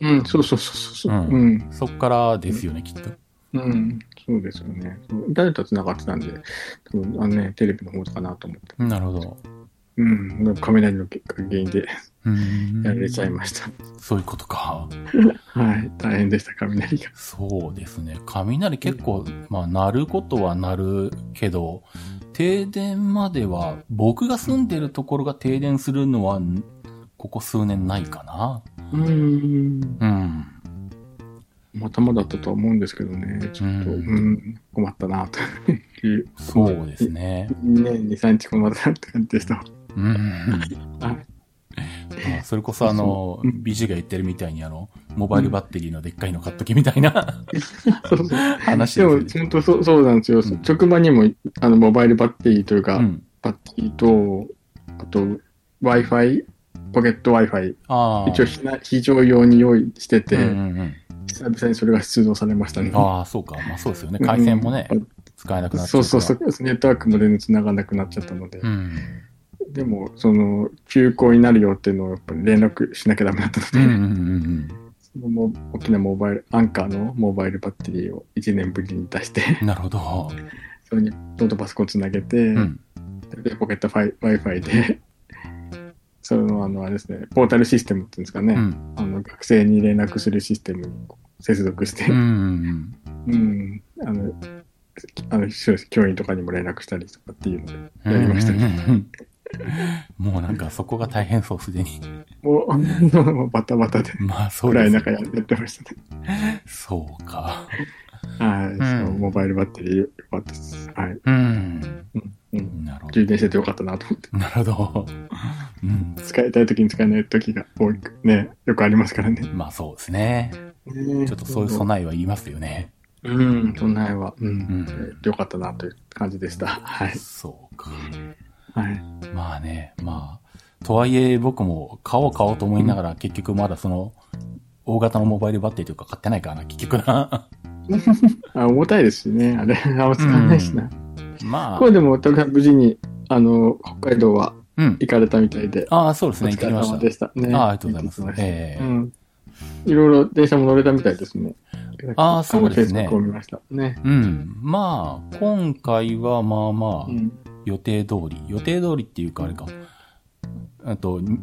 S3: うん、そうそうそうそう。
S2: うん
S3: うん
S2: そっからですよね、きっと。
S3: うん、そうですよね。そう誰と繋がってたんで、多分あのね、テレビの方かなと思って。
S2: なるほど。
S3: うん、なんか雷の結果原因で
S2: うん
S3: やられちゃいました。
S2: そういうことか。
S3: はい、大変でした、雷が。
S2: そうですね。雷結構、まあ、鳴ることは鳴るけど、停電までは、僕が住んでるところが停電するのは、んここ数年ないか
S3: うん、
S2: な。うん。
S3: またまだったとは思うんですけどね、ちょっと、う
S2: うん
S3: ん、困ったなと。いう
S2: そうですね。
S3: 2年、2、3日困ったなって感じでした。
S2: うん。
S3: はい
S2: まあそれこそあの
S3: そ、ううん
S2: BG が言ってるみたいにあの、モバイルバッテリーのでっかいの買っときみたいな
S3: そうそう
S2: 話
S3: で
S2: ですよ
S3: も、
S2: ね。
S3: 本当そうそうなんですよ。
S2: ん
S3: 職場にも、あの、モバイルバッテリーというか、
S2: うん。
S3: バッテリーと、あと、Wi-Fi、ポケット Wi-Fi、
S2: ああ。
S3: 一応非な非常用に用意してて、
S2: うんうんうん、
S3: 久々にそれが出動されましたね。
S2: ああ、そうか。まあそうですよね。回線もね、
S3: うん
S2: 使えなくなっちゃ
S3: そう
S2: から。
S3: うそうそう、ネットワークも全然繋がんなくなっちゃったので、
S2: うん。
S3: でも、その、休校になるよっていうのをやっぱり連絡しなきゃダメだったの
S2: う
S3: で、
S2: んうんうん
S3: そのも大きなモバイル、アンカーのモバイルバッテリーを1年ぶりに出して、
S2: うん。なるほど。
S3: それにノートパソコンつなげて、
S2: うん。
S3: で、ポケットファイ Wi-Fi で、その、あの、あれですね、ポータルシステムっていうんですかね、
S2: うん。
S3: あの、学生に連絡するシステムにこう接続して、
S2: う
S3: うん、
S2: ん。
S3: あの、あの、そうです教員とかにも連絡したりとかっていうので、
S2: や
S3: やりましたね。
S2: もうなんかそこが大変そう、すでに。
S3: もうあの、バタバタで、
S2: まあそ
S3: ぐ
S2: う
S3: ら
S2: で
S3: い
S2: す
S3: 中やってましたね。
S2: そうか。
S3: はい、
S2: ん
S3: そうモバイルバッテリーよかったです。はい。
S2: うん。
S3: うん
S2: なるほど。
S3: 充電しててよかったなと思って。
S2: なるほど。うん。
S3: 使いたい時に使えない時が多い、ね、よくありますからね。
S2: まあそうですね。
S3: ち
S2: ちょっとそういう備えは言いますよね。
S3: うん、備えは、うん、
S2: ん
S3: えー良かったなという感じでした。はい。
S2: そうか。
S3: はい。
S2: まあね、まあ。とはいえ僕も買おう買おうと思いながら結局まだその、大型のモバイルバッテリーとか買ってないからな、結局 な。
S3: あ、重たいですしね、あれ、あんま使わないしな。
S2: まあ
S3: これ、でも、たくさん無事に、あの、北海道は
S2: うん。
S3: 行かれたみたいで、
S2: ああ、そうです
S3: お
S2: ね、行って
S3: 疲
S2: き
S3: れ
S2: まし
S3: 様
S2: た。
S3: でした。ね、
S2: ああありがとうございます
S3: 行ってき
S2: ええ
S3: うん。いろいろ電車も乗れたみたいですね。
S2: ああそうですね
S3: フェイスブックを見ました。ね。
S2: うん。まあ、今回はまあまあ
S3: う、ん。
S2: 予定通り。予定通りっていうかあれか。あと、に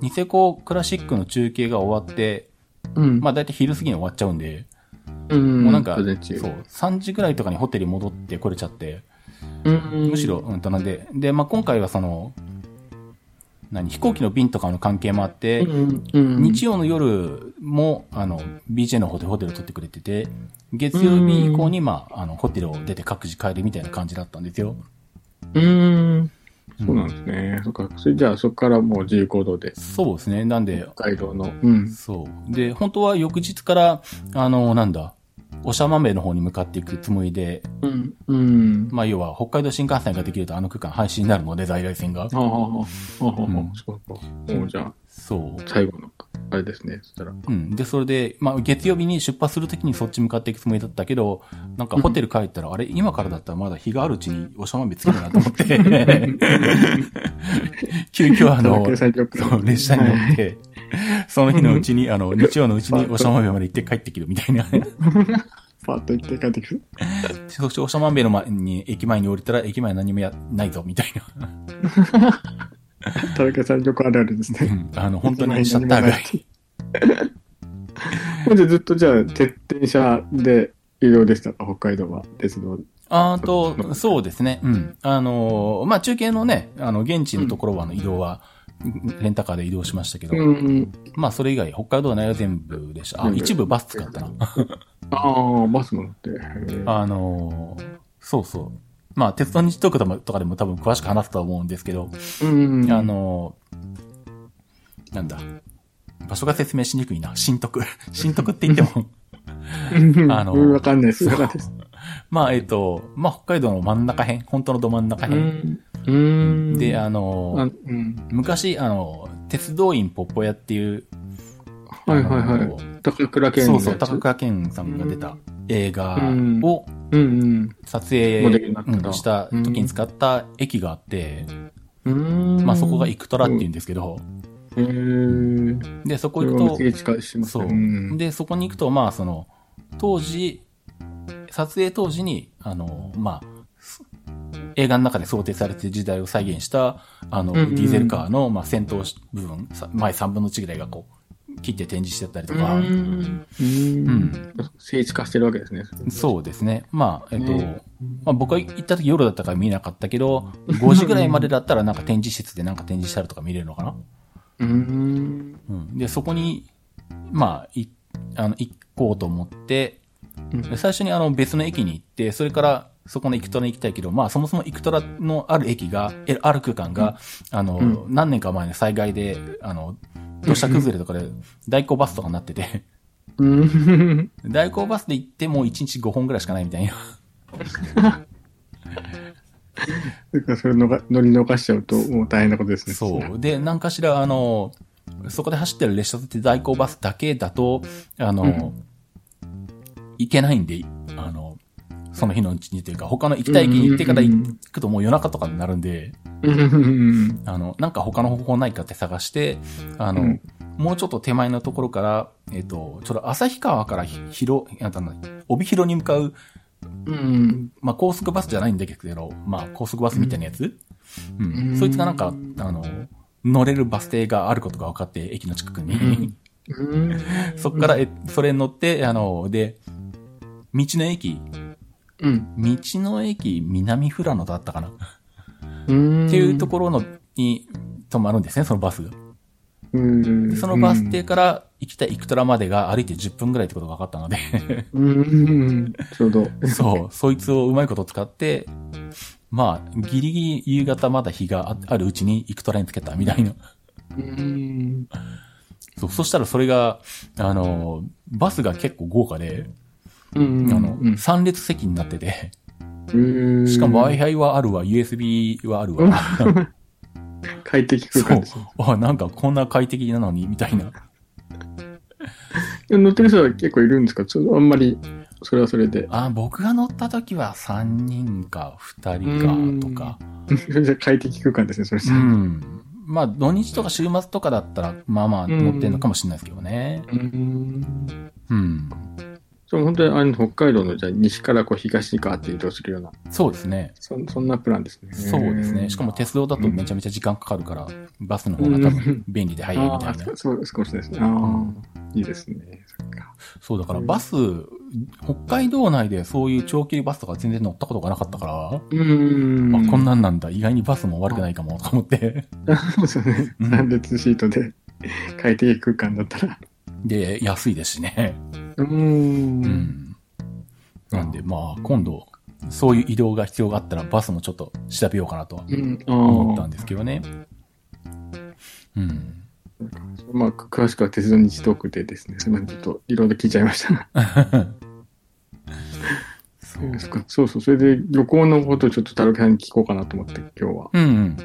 S2: ニセコクラシックの中継が終わって、
S3: うん。
S2: まあ大体昼過ぎに終わっちゃうんで、
S3: うん、
S2: もうなんか、そ
S3: 午
S2: う、
S3: 前中
S2: 3時ぐらいとかにホテルに戻ってこれちゃって、
S3: うん
S2: むしろ、。うんとなんで、で、まあ今回はその、何、飛行機の便とかの関係もあっ
S3: う
S2: て、
S3: ん。うん
S2: 日曜の夜も、あの、BJ の方でホテルを取ってくれてて、月曜日以降に、まあ、あの、ホテルを出て各自帰るみたいな感じだったんですよ。
S3: うん。そうなんですね。そっか。それじゃあ、そこからもう自由行動で、
S2: そうですね。なんで、
S3: 北海道の。うん。
S2: そう。で、本当は翌日から、あの、なんだ、おしゃまめの方に向かっていくつもりで、
S3: うん。うん。
S2: まあ、要は北海道新幹線ができるとあの区間廃止になるので、在来線が。
S3: ああ、ああ、ああ、ああ
S2: うん
S3: そうか。もうじゃあ、
S2: そう。
S3: 最後の、あれですね。そしたら。
S2: うん。で、それで、まあ、月曜日に出発するときにそっち向かっていくつもりだったけど、なんかホテル帰ったら、あれ、今からだったらまだ日があるうちにおしゃまみつけるなと思って、急遽あの、
S3: 最上級
S2: そう、列車に乗って、その日のうちに、あの、日曜のうちにおしゃまべまで行って帰ってくるみたいな。
S3: パッと行って帰ってくる。
S2: そしておしゃまべの前に、駅前に降りたら、駅前何もや、ないぞ、みたいな。
S3: 田中最上級あるあるです
S2: う
S3: ね。
S2: んあの、本当にシャッター街。
S3: ほんでずっとじゃあ、鉄電車で移動でしたか、北海道は。鉄道で。
S2: あと、そうですね。うん。あのー、まあ、中継のね、あの、現地のところは、あの、移動は、レンタカーで移動しましたけど、
S3: ん。
S2: まあ、それ以外、北海道内は全部でした。あ、
S3: 全部
S2: 一部バス使ったな。
S3: ああ、バスも乗って。へえ
S2: あのー、そうそう。まあ、鉄道日トークとかでも多分詳しく話すとは思うんですけど、
S3: うん
S2: あ、のー、なんだ。場所が説明しにくいな。新徳。 新徳って言っても、あ
S3: あ
S2: の
S3: の、わかんないです。わかんないです。
S2: まあ、えっと、まあ、北海道の真ん中辺、本当のど真ん中辺。
S3: うん
S2: で、
S3: あ
S2: あのー、
S3: うん。
S2: 昔、あの、鉄道員ポッポ屋っていう、
S3: はいはい
S2: あ
S3: は
S2: の
S3: い。高倉健
S2: そ
S3: の
S2: う
S3: やつ
S2: そう、高倉健さんが出た映画
S3: うん
S2: を
S3: うん
S2: 撮
S3: モ
S2: 影
S3: デルになってた
S2: うんした時に使った駅があって、
S3: うん。うん。
S2: まあそこがイクトラっていうんですけど、
S3: へー
S2: で、そこ
S3: これ
S2: 行
S3: は
S2: く
S3: 目撃し
S2: と、
S3: ます
S2: そ
S3: ね
S2: う。で、そこに行くと、まあその、当時、撮影当時に、あの、まあ、す映画の中で想定されている時代を再現した、あの、
S3: うん
S2: デ
S3: う
S2: ィ
S3: ん
S2: ーゼルカーの、まあ、先頭部分、さ前3分の1ぐらいがこう、切って展示してたりとか、
S3: うん。う
S2: うん
S3: ん。聖地化してるわけですね。
S2: そうですね。まあ、えっと、
S3: ね
S2: まあ、僕は行った時夜だったから見えなかったけど、5時ぐらいまでだったらなんか展示室でなんか展示したりとか見れるのかな。
S3: うん。
S2: うん。で、そこに、まあ、い、あの、行こうと思って、
S3: うん
S2: 最初にあの別の駅に行って、それからそこのイクトラに行きたいけど、まあそもそもイクトラのある駅が、えある区間が、あの、
S3: う
S2: 何年か前の災害で、あの、土砂崩れとかで代行バスとかになってて、
S3: うん。
S2: 代行バスで行っても1日5本ぐらいしかないみたいな。
S3: だからそれのが乗り逃しちゃうと、もう大変なことですね。
S2: そう。で、何かしら、あの、そこで走ってる列車って代行バスだけだと、あの、
S3: うん
S2: 行けないんで、あの、その日のうちにというか、他の行きたい駅に行ってから
S3: うんうんうん
S2: 行くともう夜中とかになるんで、
S3: うん。
S2: あの、なんか他の方法ないかって探して、あの、
S3: うん
S2: もうちょっと手前のところから、えっ、と、ちょっと旭川からひ広、なんだろうな帯広に向かう、
S3: うん。
S2: まあ、高速バスじゃないんだけど、まあ、高速バスみたいなやつ、うん、
S3: うん
S2: そいつがなんか、あの、乗れるバス停があることが分かって、駅の近くに。
S3: うん。
S2: そっから、え、それに乗って、あの、で、道の駅、
S3: うん。
S2: 道の駅南富良野だったかな、
S3: うん。
S2: っていうところのに止まるんですね、そのバスが。
S3: ろ。うん。
S2: でそのバス停から行きたいイクトラまでが歩いて10分ぐらいってことが分かったの で、
S3: うん。ちょうど。
S2: そう、そいつをうまいこと使って、まあ、ギリギリ夕方まだ日がああるうちにイクトラにつけたみたいな。
S3: うん。
S2: そう、そしたらそれが、あの、バスが結構豪華で、
S3: うん。
S2: あの、3列席になってて、
S3: うん。
S2: しかも Wi-Fi はあるわ、USB はあるわ。
S3: 快適
S2: そ
S3: 空間
S2: う
S3: です。。
S2: あ、なんかこんな快適なのに、みたいな。
S3: 乗ってる人は結構いるんですかちょっとあんまり、それはそれで。
S2: あ、僕が乗った時は3人か2人かとか。
S3: じゃあ快適空間ですね、それ
S2: う
S3: さ。
S2: ん。まあ、土日とか週末とかだったら、まあまあ
S3: うん
S2: 乗ってんのかもしれないですけどね。
S3: うん。
S2: うん。
S3: それ本当にあの北海道のじゃあ西からこう東にガーって移動するような、
S2: そうですね。
S3: そそんなプランですね。
S2: そうですね。しかも鉄道だとめちゃめちゃ時間かかるから、バスの方が多分便利で早いみた
S3: あ
S2: いな。
S3: あ、そう、少しですね。ああ、いいですね。そっか。
S2: そうだからバス、北海道内でそういう長距離バスとか全然乗ったことがなかったから、
S3: うーん。
S2: あこんなんなんだ。意外にバスも悪くないかもとか思って。
S3: そうですね。
S2: うん
S3: 3列シートで快適空間だったら。
S2: で、安いですしね。
S3: うーん。
S2: うん。なんで、まあ、今度、そういう移動が必要があったら、バスもちょっと調べようかなとは
S3: うん。ああ。
S2: 思ったんですけどね。うん。
S3: まあ、詳しくは鉄道日トークでですね、すみません、ちょっといろいろ聞いちゃいました。
S2: そう。
S3: そっかそうそう、それで旅行のことをちょっとたるきさんに聞こうかなと思って、今日は。
S2: うんうん。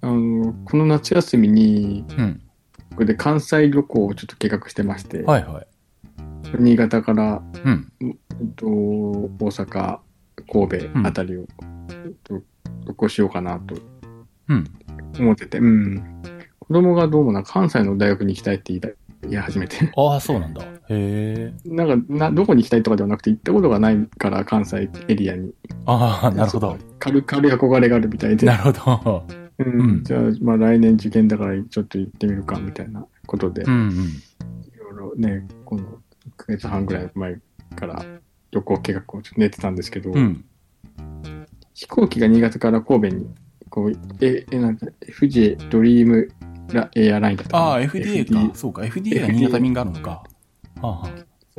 S3: あの、この夏休みに、
S2: うん。
S3: これで関西旅行をちょっと計画してまして、
S2: はいはい。
S3: 新潟から、
S2: うん。
S3: えっと、大阪、神戸あたりを、えっと、旅行しようかなと
S2: うん。
S3: 思ってて、うん。子供がどうもな、関西の大学に行きたいって言いだ言い始めて。
S2: ああ、そうなんだ。へえ。
S3: なんかな、どこに行きたいとかではなくて、行ったことがないから、関西エリアに。
S2: ああ、なるほ ど。。
S3: 軽々憧れがあるみたいで。
S2: なるほど。
S3: うん
S2: うん
S3: じゃあ、まあ来年受験だからちょっと行ってみるか、みたいなことで、
S2: う
S3: い
S2: んうん。
S3: ろいろね、この1ヶ月半ぐらい前から旅行計画をちょっと練ってたんですけど、
S2: うん。
S3: 飛行機が新潟から神戸に、こう、え、え、なんだ、FJ ドリームラエアラインだった
S2: ああ、
S3: な
S2: FDA か。そうか。FDA が新潟便があるのか。はあ、はあ、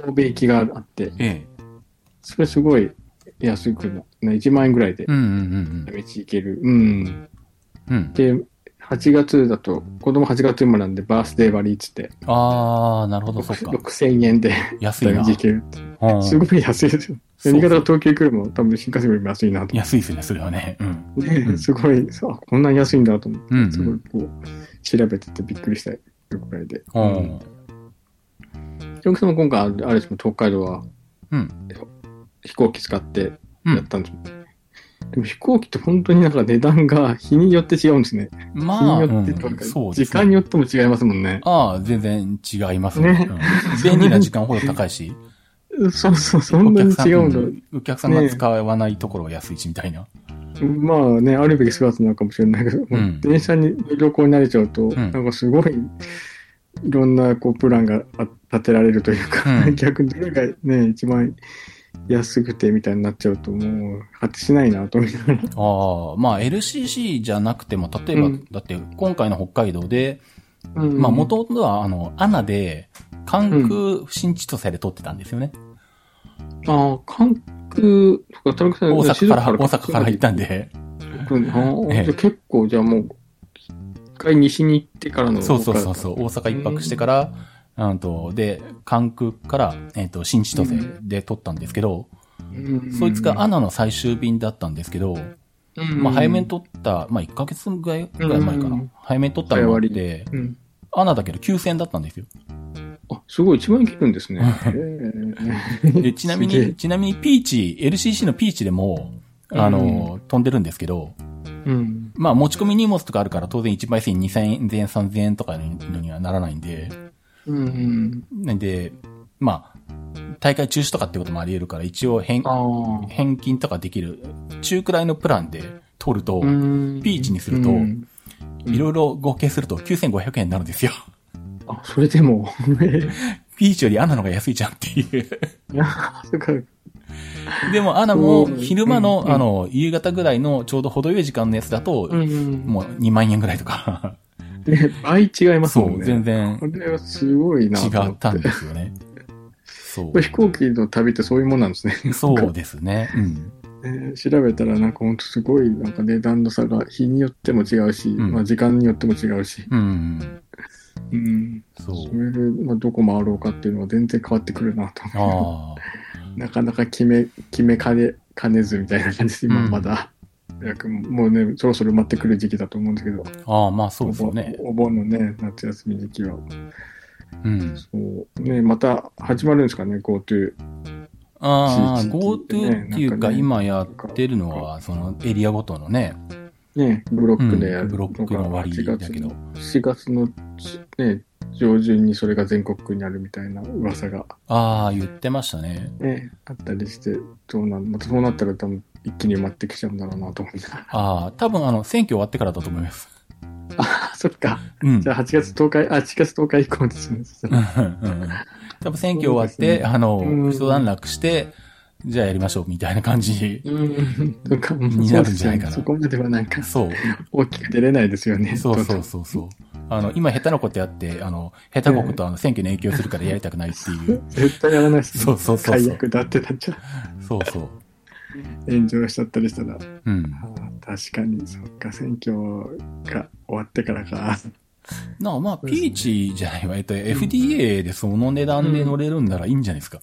S3: 神戸行きがあって、
S2: ええ。
S3: それすごい安くな、な1万円ぐらいで
S2: うんうん
S3: 道行ける。うん。
S2: うんうん。うん。
S3: で、8月だと、子供8月生まれなんで、バースデー割りっつって、
S2: ああ、なるほど、そっか。
S3: 6000円で
S2: 安い
S3: 大
S2: な。
S3: 学行けるって。
S2: うん
S3: すごい安いですよ。
S2: そう
S3: 新潟から東京行くよりも多分新幹線よりも安いなと思
S2: 安いですね、それはね。うん。
S3: って、ね
S2: うん
S3: すごい、そうあこんなに安いんだと思って、
S2: うんうん
S3: すごいこう、調べててびっくりしたぐらいで。
S2: う
S3: うん。
S2: ん。
S3: ヨさんも今回、あれですもん東海道は
S2: うん。
S3: 飛行機使って
S2: う
S3: や
S2: ん
S3: っ。たんですもん、でも飛行機って本当になんか値段が日によって違うんですね。日
S2: まあ、
S3: に
S2: う
S3: よってとか、
S2: ん、そうで
S3: 時
S2: すね
S3: 間によっても違いますもんね。
S2: ああ、全然違いますね。
S3: ね
S2: うん便利な時間ほど高いし、
S3: そうそう、 そんなに違うんだ。
S2: お客さんが使わないところが安いし、みたいな。
S3: まあね、あるべき姿なのかもしれないけど、
S2: うん
S3: 電車に旅行に慣れちゃうと、
S2: ん
S3: なんかすごい、いろんなこうプランがあ立てられるというか、
S2: うん
S3: 逆にどれがね、一番安くてみたいになっちゃうと、もう果てしないなと思いながら。
S2: ああ、まあ LCC じゃなくても、例えば、
S3: うん
S2: だって今回の北海道で、
S3: うん
S2: まあ元々は、あの、アナで、関空新千歳で撮ってたんですよね。
S3: ああ、関僕とか、田中さん
S2: 大阪から、
S3: 静
S2: 大
S3: 岡
S2: 阪から行ったんで、
S3: 僕の
S2: ええ
S3: じゃあ結構、じゃあもう、一回西に行ってからの。
S2: そうそうそうそう、大阪一泊してから、うんと、で、関空から、えっ、と、新千歳で撮ったんですけど、
S3: うん
S2: そいつがア、ナの最終便だったんですけど、
S3: うん
S2: まあ、早めに撮った、まあ、1ヶ月ぐらいぐらい前かな。
S3: うん
S2: 早めに撮ったのって、
S3: うん
S2: アナだけど9000だったんですよ。
S3: あ、すごい、一番切るんですね。ええ
S2: で、ちなみ
S3: すげえ
S2: に、ちなみにピーチ、LCC のピーチでも、あの、飛んでるんですけど、
S3: うん。
S2: まあ、持ち込み荷物とかあるから、当然1倍線2000円、3000円とかのにはならないんで、
S3: うん。
S2: なんで、まあ、大会中止とかってこともあり得るから、一応返
S3: あ、あ。
S2: 返金とかできる、中くらいのプランで取ると、ピ
S3: ピ
S2: ーチにするといろいろ合計すると9500円になるんですよ。
S3: あ、それでも。
S2: ピーチよりアナの方が安いじゃんっていう。
S3: いや、そっか。
S2: でもアナも
S3: うん
S2: 昼間の、
S3: うん
S2: あの、夕方ぐらいのちょうど程よい時間のやつだと、
S3: うん
S2: もう2万円ぐらいとか。
S3: う、ね、倍違います
S2: そ
S3: もん
S2: う、
S3: ね。
S2: 全然
S3: これはすごいな
S2: 違
S3: と思
S2: っ
S3: って。
S2: たん
S3: や
S2: ですよね。そ
S3: っぱ飛行機の旅ってそういうもんなんですね。
S2: う。そうですね。うん。
S3: ね調べたらなんかほんとすごいなんか値段の差が日によっても違うし、
S2: ん
S3: まあ時間によっても違うし、
S2: うん。
S3: うん、
S2: そ。
S3: そうれで、まあ、どこ回ろうかっていうのは全然変わってくるなと
S2: あ
S3: 思
S2: あ。
S3: う。 なかなか決め、決めかね、かねずみたいな感じです、今
S2: うん
S3: まだ。早くもうね、そろそろ埋まってくる時期だと思うんですけど、
S2: ああ、まあそうですよね。
S3: お盆お盆のね、夏休み時期は。
S2: うん。
S3: そうね、また始まるんですかね、GoTo。
S2: ああ、
S3: 地域ね
S2: GoTo っていう
S3: なんか
S2: か
S3: ね
S2: 今やってるのは、そのエリアごとのね、
S3: ね、ブロックでや
S2: うん
S3: る
S2: ブロックの割だけど。
S3: 4月の、ね、上旬にそれが全国区にあるみたいな噂が、
S2: ああ、言ってましたね。
S3: ね、あったりして、どうなん、またそうなったら多分一気に埋まってきちゃうんだろうなと思いながら。
S2: ああ、多分あの、選挙終わってからだと思います。
S3: あ、 そっか。
S2: うん
S3: じ。ゃあ8月10日、あ、4月10日以降ですね。
S2: うんうんうん多分選挙終わっ
S3: そうで
S2: て、
S3: すね
S2: あ
S3: うん
S2: の、一段落して、じゃあやりましょうみたいな感じ。
S3: うん。なんか、もう
S2: になるんじゃないかな
S3: そこまではなんか、
S2: そう。
S3: 大きく出れないですよね。
S2: そうそ
S3: ど
S2: うそうそう。あの、今下手なことやって、あの、下手なことあの、選挙に影響するからやりたくないっていう。
S3: うぞ絶対やらないですね。
S2: そうそうそうそう
S3: 最悪だってなっちゃう。
S2: そうそう。
S3: 炎上しちゃったりしたら、
S2: うん。
S3: あー確かに、そっか、選挙が終わってからか。
S2: なあ、まあ、ピーチじゃないわ。えっと、FDA でその値段で乗れるんならいいんじゃないですか。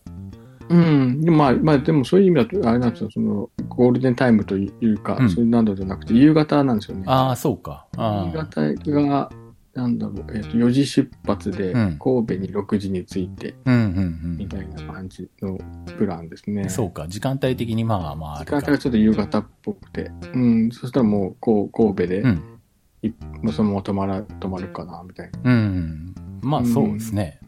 S3: うん。でもまあ、まあ、でもそういう意味だと、あれなんですよ、その、ゴールデンタイムというか、
S2: うん
S3: そういうなどじゃなくて、夕方なんですよね。
S2: ああ、そうか。あ
S3: 夕
S2: あ。
S3: 方が、なんだろう、えっ、と、4時出発で、
S2: うん
S3: 神戸に6時に着いて、
S2: うん
S3: み
S2: うん
S3: たいな感じのプランですね。
S2: うん。そうか。時間帯的にまあまああ
S3: 時
S2: る
S3: 間
S2: か。
S3: 帯がちょっと夕方っぽくて、うん、そしたらもう、こう、神戸で、
S2: うん
S3: いもうそのまま泊まら、泊まるかな、みたいな、
S2: うん。まあ、そうですね。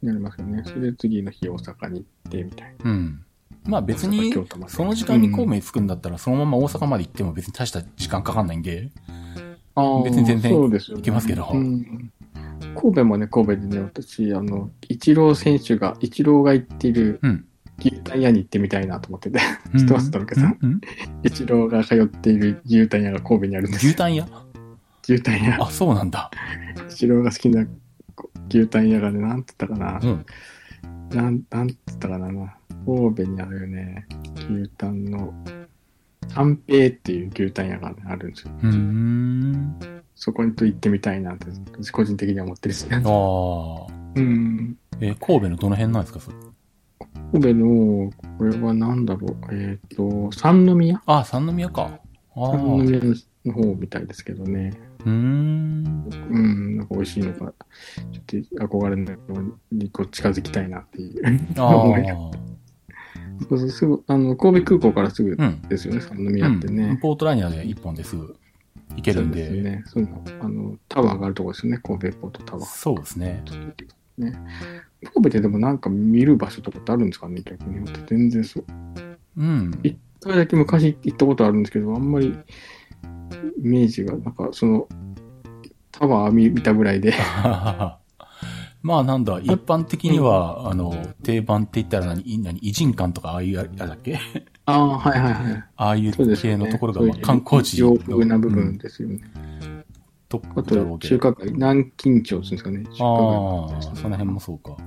S3: なりますよね。それで次の日大阪に行って、みたいな。
S2: うん。まあ別に
S3: 大阪京都ま、で
S2: その時間に神戸に着くんだったら、そのまま大阪まで行っても別に大した時間かかんないんで、
S3: あー
S2: 別に全然
S3: そうですよ
S2: 行
S3: ね
S2: けますけど。
S3: うん神戸もね、神戸でね、私、あの、イチロー選手が、イチローが行ってる
S2: うん。
S3: 牛タン屋に行ってみたいなと 思ってて、知ってます田中さん
S2: ううん
S3: イチローが通っている牛タン屋が神戸にあるんですよ
S2: 牛。タン屋
S3: 牛タン屋。
S2: あ、そうなんだ。
S3: イチローが好きな牛タン屋がね、なんつったかな
S2: う。ん。
S3: なん、なんつったかな。神戸にあるね、牛タンの、三平っていう牛タン屋が、ね、あるんですよ。
S2: うーん。
S3: そこにと行ってみたいなって、個人的には思ってるんですね
S2: あ。あ。
S3: うん。
S2: えー神戸のどの辺なんですか、それ。
S3: 神戸の、これは何だろう、えっ、と、三宮
S2: あ、三宮か。ああ。
S3: 三
S2: う
S3: 宮の方みたいですけどね。
S2: ーん。
S3: うん、なんか美味しいのが、ちょっと憧れのようにこう近づきたいなっていう。
S2: ああ。
S3: そうそうすぐ、あの、神戸空港からすぐ
S2: うん。
S3: ですよね、三
S2: う
S3: 宮って
S2: ん。
S3: ね。
S2: ポートライナーで一本ですぐ行けるん
S3: そうです
S2: で。
S3: ね。そうなのあの、タワーがあるとこですよね、神戸ポートタワー。
S2: そうですね。
S3: ね。神戸ってでもなんか見る場所とかってあるんですかね、逆に。全然そう。
S2: うん。
S3: それだけ昔行ったことあるんですけど、あんまりイメージが、なんかその、タワー見見たぐらいで。
S2: まあなんだ、一般的には、あの、定番って言ったら何、何、偉人館とかああいう、あれだっ け
S3: ああ、はいはいはい。
S2: ああいう
S3: そうです
S2: 系
S3: よね
S2: のところが、
S3: そういう
S2: まあ、観光地の
S3: 洋風な部
S2: う
S3: 分
S2: ん
S3: ですよね。
S2: ト
S3: あ
S2: ップだろ
S3: と
S2: う、け
S3: 中
S2: ど。
S3: 華街、南京町っていうんですかね。中華街
S2: ああ、その辺もそうか。
S3: あ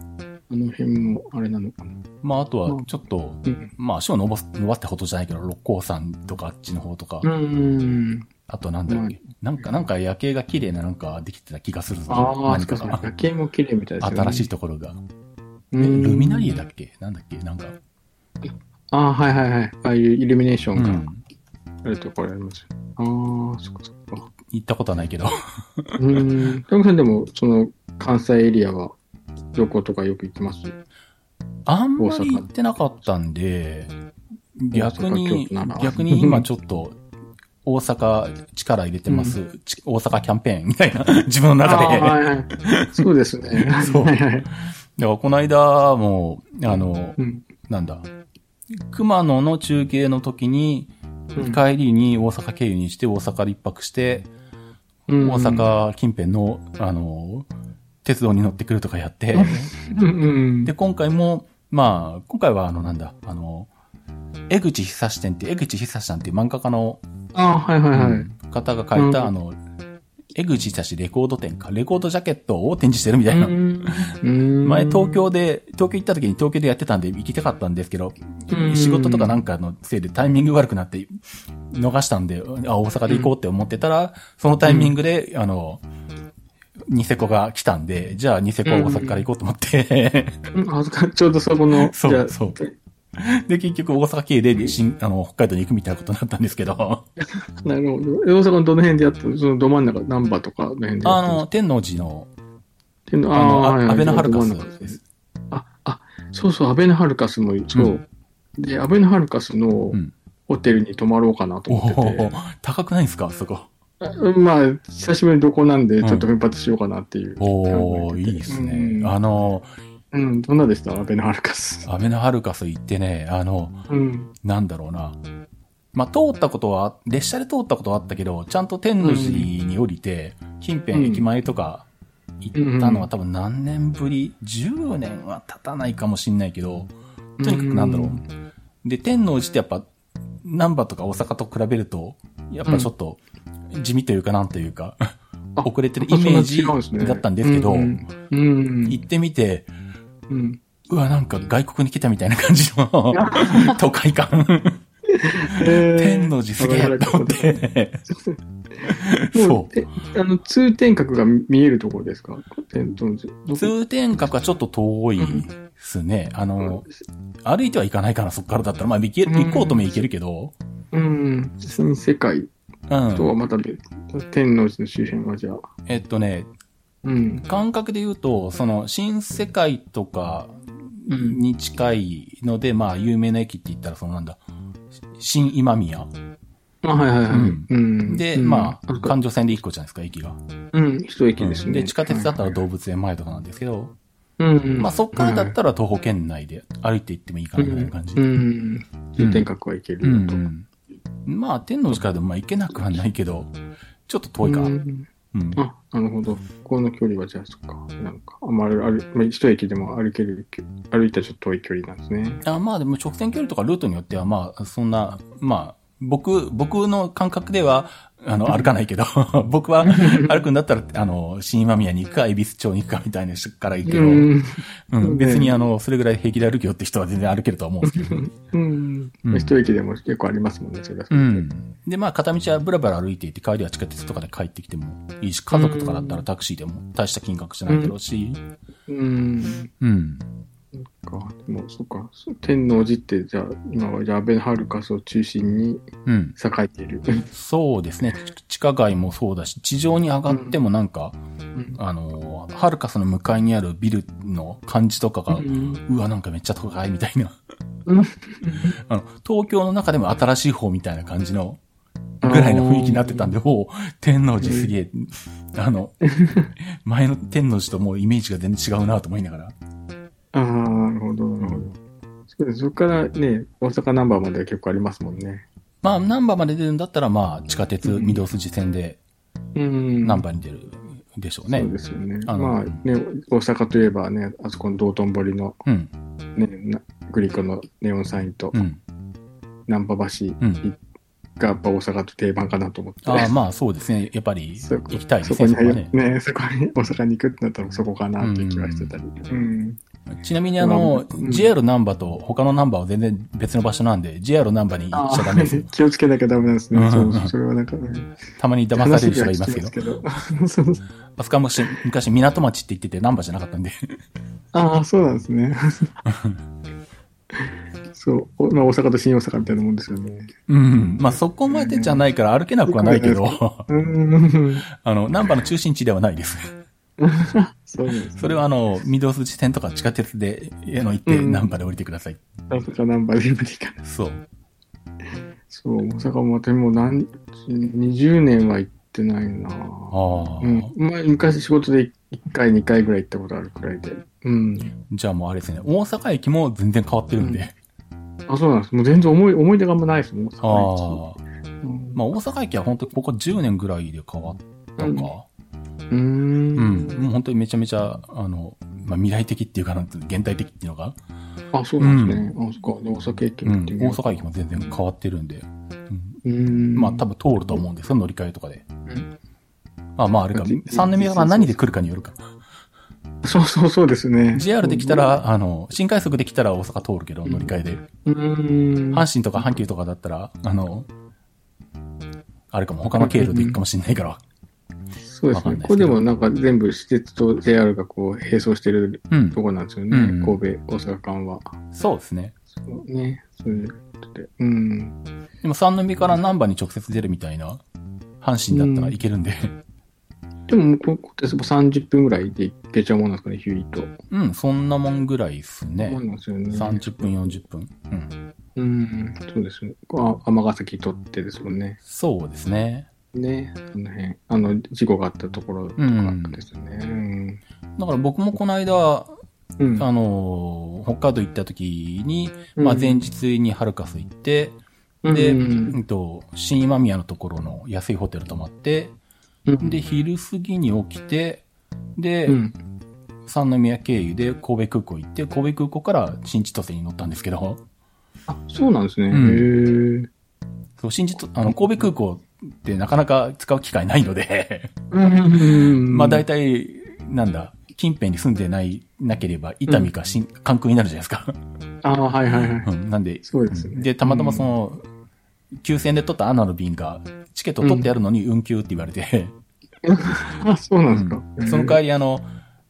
S3: あの辺もあれなのかな。
S2: まあ、あとは、ちょっと、
S3: うん。
S2: まあ、足を伸ばす、伸ばすってほどじゃないけど、六甲山とかあっちの方とか、
S3: うん。
S2: あとなんだっけ、なんか、なんか夜景が綺麗ななんかできてた気がするぞ。
S3: ああ、
S2: 何
S3: し
S2: か
S3: かし
S2: が
S3: 夜景も綺麗みたい ですよね。
S2: 新しいところが。え、
S3: うん
S2: ルミナリエだっけなんだっけなんか。
S3: ああ、はいはいはい。ああいうイルミネーショ
S2: う
S3: ンが
S2: ん。
S3: あるところありますよ。ああ、そっかそっか。
S2: 行ったことはないけど。
S3: うん。トムさんでも、その、関西エリアは、旅行とかよく行きます
S2: あんまり行ってなかったんで、逆に
S3: 大阪京都なら、
S2: 逆に今ちょっと、大阪力入れてます、ち大阪キャンペーンみたいな、 自分の中で。
S3: ああはいはい。そうですね。
S2: そう
S3: はいはい。
S2: だからこの間も、あの、
S3: うん。
S2: なんだ、熊野の中継の時に、
S3: うん
S2: 帰りに大阪経由にして大阪で一泊して、
S3: 大
S2: 大。阪近辺の、あの、鉄道に乗ってくるとかやって、
S3: うんうん。
S2: で、今回も、まあ、今回はあの、なんだ、あの、江口久志店って、江口久志さんっていう漫画家の
S3: ああ、はいはいはい。
S2: 方が書いた、
S3: うん
S2: あの、江口久志レコード店か、レコードジャケットを展示してるみたいな。
S3: うん
S2: 前東京で、東京行った時に東京でやってたんで行きたかったんですけど、
S3: うん
S2: 仕事とかなんかのせいでタイミング悪くなって逃したんで、あ、大阪で行こうって思ってたら、そのタイミングで、あの、ニセコが来たんで、じゃあニセコは大阪から行こうと思って、
S3: うんあそこちょうどそこの、
S2: そう
S3: じゃあ
S2: そうで、結局大阪経由で、新、あの、北海道に行くみたいなことになったんですけど、
S3: なるほど。大阪のどの辺でやったのそのど真ん中、難波とかの辺でや
S2: あ
S3: った
S2: の、天王寺の、
S3: っていうの
S2: あの、
S3: はい
S2: あ
S3: はい
S2: 安倍のハルカ
S3: ど真ん中
S2: ス
S3: で
S2: です
S3: ね
S2: す。
S3: あ、あ、そうそう、安倍のハルカスも、そう。
S2: うん
S3: で、安倍のハルカスの
S2: うん
S3: ホテルに泊まろうかなと
S2: お
S3: 思って
S2: お
S3: て、
S2: 高くないですかそこ。
S3: うんまあ、久しぶりにどこなんで、
S2: うん
S3: ちょっと奮発しようかなっていう。
S2: おおいいですね。あの、
S3: うん、どんなでした安倍のハルカス。
S2: アベノハルカス行ってね、あの、
S3: うん。
S2: なんだろうな。まあ、通ったことは、列車で通ったことはあったけど、ちゃんと天王寺に降りて、近辺駅前とか行ったのは多分何年ぶり、?10 年は経たないかもしんないけど、とにかくなんだろう。で、天王寺ってやっぱ、難波とか大阪と比べると、やっぱちょっと、地味というかなんというか、
S3: あ
S2: 遅れてるイメージだったんですけど、
S3: うん。うん。
S2: 行ってみて、
S3: うん。
S2: うわ、なんか外国に来たみたいな感じ の都会感。天王寺すげえと思って。
S3: も、
S2: そう
S3: えあの、通天閣が見えるところですか天頓寺。ど
S2: う。
S3: こ
S2: 通天閣はちょっと遠いですね。あの、歩いてはいかないかな、そっからだったら。まあ、行け
S3: うん
S2: 行こうとも行けるけど。
S3: うん。新世界
S2: う
S3: とは
S2: ん。
S3: また別、天王寺の周辺はじゃあ。
S2: えっとね、
S3: うん。
S2: 感覚で言うと、その、新世界とか
S3: うん。
S2: に近いので、まあ、有名な駅って言ったら、そのなんだ、新今宮。
S3: あ、はいはいはい。
S2: うん
S3: うん
S2: で、まあ、
S3: か
S2: 環状線で1個じゃないですか、駅が。
S3: うん、一駅ですね。
S2: で、地下鉄だったら
S3: う
S2: 動物園前とかなんですけど、
S3: うん。
S2: まあそっからだったら東方圏内で歩いて行ってもいいかなみたいな感じ。
S3: う
S2: うん
S3: ん。通天閣は行けるよと。
S2: うんまあ天王寺からでもまあ行けなくはないけど、ちょっと遠いか。
S3: う
S2: うんん。
S3: あ、なるほど。この距離はじゃあ、そっか。なんか、あんまり歩、まあ一駅でも歩ける、歩いたらちょっと遠い距離なんですね。
S2: あまあでも直線距離とかルートによってはまあそんな、まあ僕、僕の感覚では、あ の、歩かないけど、僕 は歩くんだったら、あの、新今宮に行くか、恵比寿町に行くかみたいな人から行くけど、うん
S3: ん。
S2: 別にあの、それぐらい平気で歩くよって人は全然歩けるとは思うんですけど。
S3: うん
S2: うん
S3: 一駅でも結構ありますもんね、それは。
S2: うん。で、まあ、片道はブラブラ歩いていて、帰りは地下鉄とかで帰ってきてもいいし、家族とかだったらタクシーでも大した金額じゃないだろうし、
S3: うん。
S2: うん。
S3: か、でも、そっか。そう天王寺って、じゃあ、今は、じゃあ、安倍のハルカスを中心に
S2: うん。
S3: 栄えている。
S2: そうですね。ち地下街もそうだし、地上に上がってもなんか、
S3: ん
S2: あの、ハルカスの向かいにあるビルの感じとかが、
S3: うん
S2: うわ、なんかめっちゃ都会みたいな
S3: うん。
S2: あの、東京の中でも新しい方みたいな感じの、ぐらいの雰囲気になってたんで、おう天王寺すげえ、あの、前の天王寺ともうイメージが全然違うなと思いながら。
S3: ああ、なるほど、なるほど。そうですそこからね、大阪ナンバーまでは結構ありますもんね。
S2: まあ、難波まで出るんだったら、まあ、地下鉄、御堂筋線で
S3: うん
S2: 難波に出るでしょうね
S3: そう。ですよね。
S2: あの
S3: まあ、ね、大阪といえばね、あそこの道頓堀の、
S2: うん、
S3: ね、なグリコのネオンサインと
S2: う、ん、
S3: 難波橋
S2: うん。
S3: がやっぱ大阪と定番かなと思って。
S2: ああ、まあ、そうですね。やっぱり、
S3: そ
S2: 行
S3: こ
S2: きたいです
S3: そ
S2: ね、
S3: こ
S2: そ
S3: に
S2: こはね。
S3: ね、そこに大阪に行くってなったらそこかなっていう気はしてたり。うん。
S2: ちなみにあの、
S3: うん
S2: JR ナンバと他のナンバは全然別の場所なんで、JR ナンバに行っちゃダメですよ。
S3: 気をつけなきゃダメなんですね。
S2: う
S3: そ
S2: ん
S3: うそれはなんか、ね、
S2: たまに騙される人がいますけど。
S3: ど。 そうそう
S2: バスカもし昔港町って言っててナンバじゃなかったんで。
S3: ああ、そうなんです ね。そう、おまあ、大阪と新大阪みたいなもんですよね。
S2: うん。まあ、そこまでじゃないから歩けなくはないけ
S3: う
S2: ど、
S3: うーん、
S2: あの、ナンバの中心地ではないです。
S3: そうなんです、ね。
S2: それはあの、緑筋線とか地下鉄で、あの、行って
S3: うん
S2: ナンバで降りてください。
S3: 大阪ナンバーで無理かな。
S2: そう。
S3: そう、大阪も私もう何、20年は行ってないなぁ。
S2: ああ、
S3: うん、前昔仕事で1回、2回ぐらい行ったことあるくらいで。うん。
S2: じゃあもうあれですね、大阪駅も全然変わってるんで。
S3: あ、そうなんです。もう全然思い、思い出があんまないですもん、大
S2: あ
S3: 阪
S2: あ。
S3: 駅うん
S2: まあ、大阪駅は本当ここ10年ぐらいで変わったか。
S3: うー
S2: うん。
S3: ん。
S2: もう本当にめちゃめちゃ、あの、まあ、未来的っていうかなんていうの、現代的っていうのか、
S3: あ、そうなんですね。あ、そっか。で、大阪駅
S2: う
S3: 行
S2: ん
S3: っ、てみよ
S2: 大阪駅も全然変わってるんで。うん、
S3: う。うん。
S2: まあ、多分通ると思うんですよ、乗り換えとかで。
S3: ん
S2: まあまあ、あれか、
S3: じ
S2: 3年目が何で来るかによるか。
S3: そうそうそうですね。
S2: JR で来たら、あの、新快速で来たら大阪通るけど、乗り換えで。
S3: うん、うん。
S2: 阪神とか阪急とかだったら、あの、あれかも、他の経路で行くかもしれないから。
S3: そうです
S2: わかんない
S3: ね。
S2: ですけど
S3: ここでもなんか全部施設と JR がこう並走してる
S2: うん
S3: と。こなんですよ
S2: う
S3: ね。
S2: んうん
S3: 神戸、大阪間は。
S2: そうですね。
S3: そうね。それで、うん。
S2: でも三宮から難波に直接出るみたいな、阪神だったらいけるん で。
S3: でも、ここって30分ぐらいで行けちゃうもんなんですかね、ヒューイと。
S2: うん、そんなもんぐらいです
S3: も
S2: ね
S3: ん。なんですよね。
S2: 30分、40分。うん。
S3: うん、そうですね。こうあ尼崎取ってですもんね。
S2: そうですね。
S3: ね。その辺。あの、事故があったところとかですね。
S2: だから僕もこの間、
S3: うん。うん
S2: あのー北海道行った時に、まあ、
S3: うん
S2: 前日にハルカス行って、で、うんと、新今宮のところの安いホテル泊まって、
S3: うん
S2: で、昼過ぎに起きて、で、
S3: うん。
S2: 三宮経由で神戸空港行って、神戸空港から新千歳に乗ったんですけど、
S3: あ、そうなんですね。
S2: うん
S3: へえ。
S2: そう、新千歳、あの、神戸空港ってなかなか使う機会ないので、
S3: うん
S2: まあ大体、なんだ、近辺に住んでない、なければ、伊丹か新、関空になるじゃないですか。
S3: ああ、はいはいはい。
S2: うん、なんで、
S3: そうですね。
S2: で、たまたまその、抽選で取ったアナの便が、チケット取ってやるのに運休って言われて、
S3: あ、そうなんですか。
S2: うんその代
S3: 回
S2: わりあの、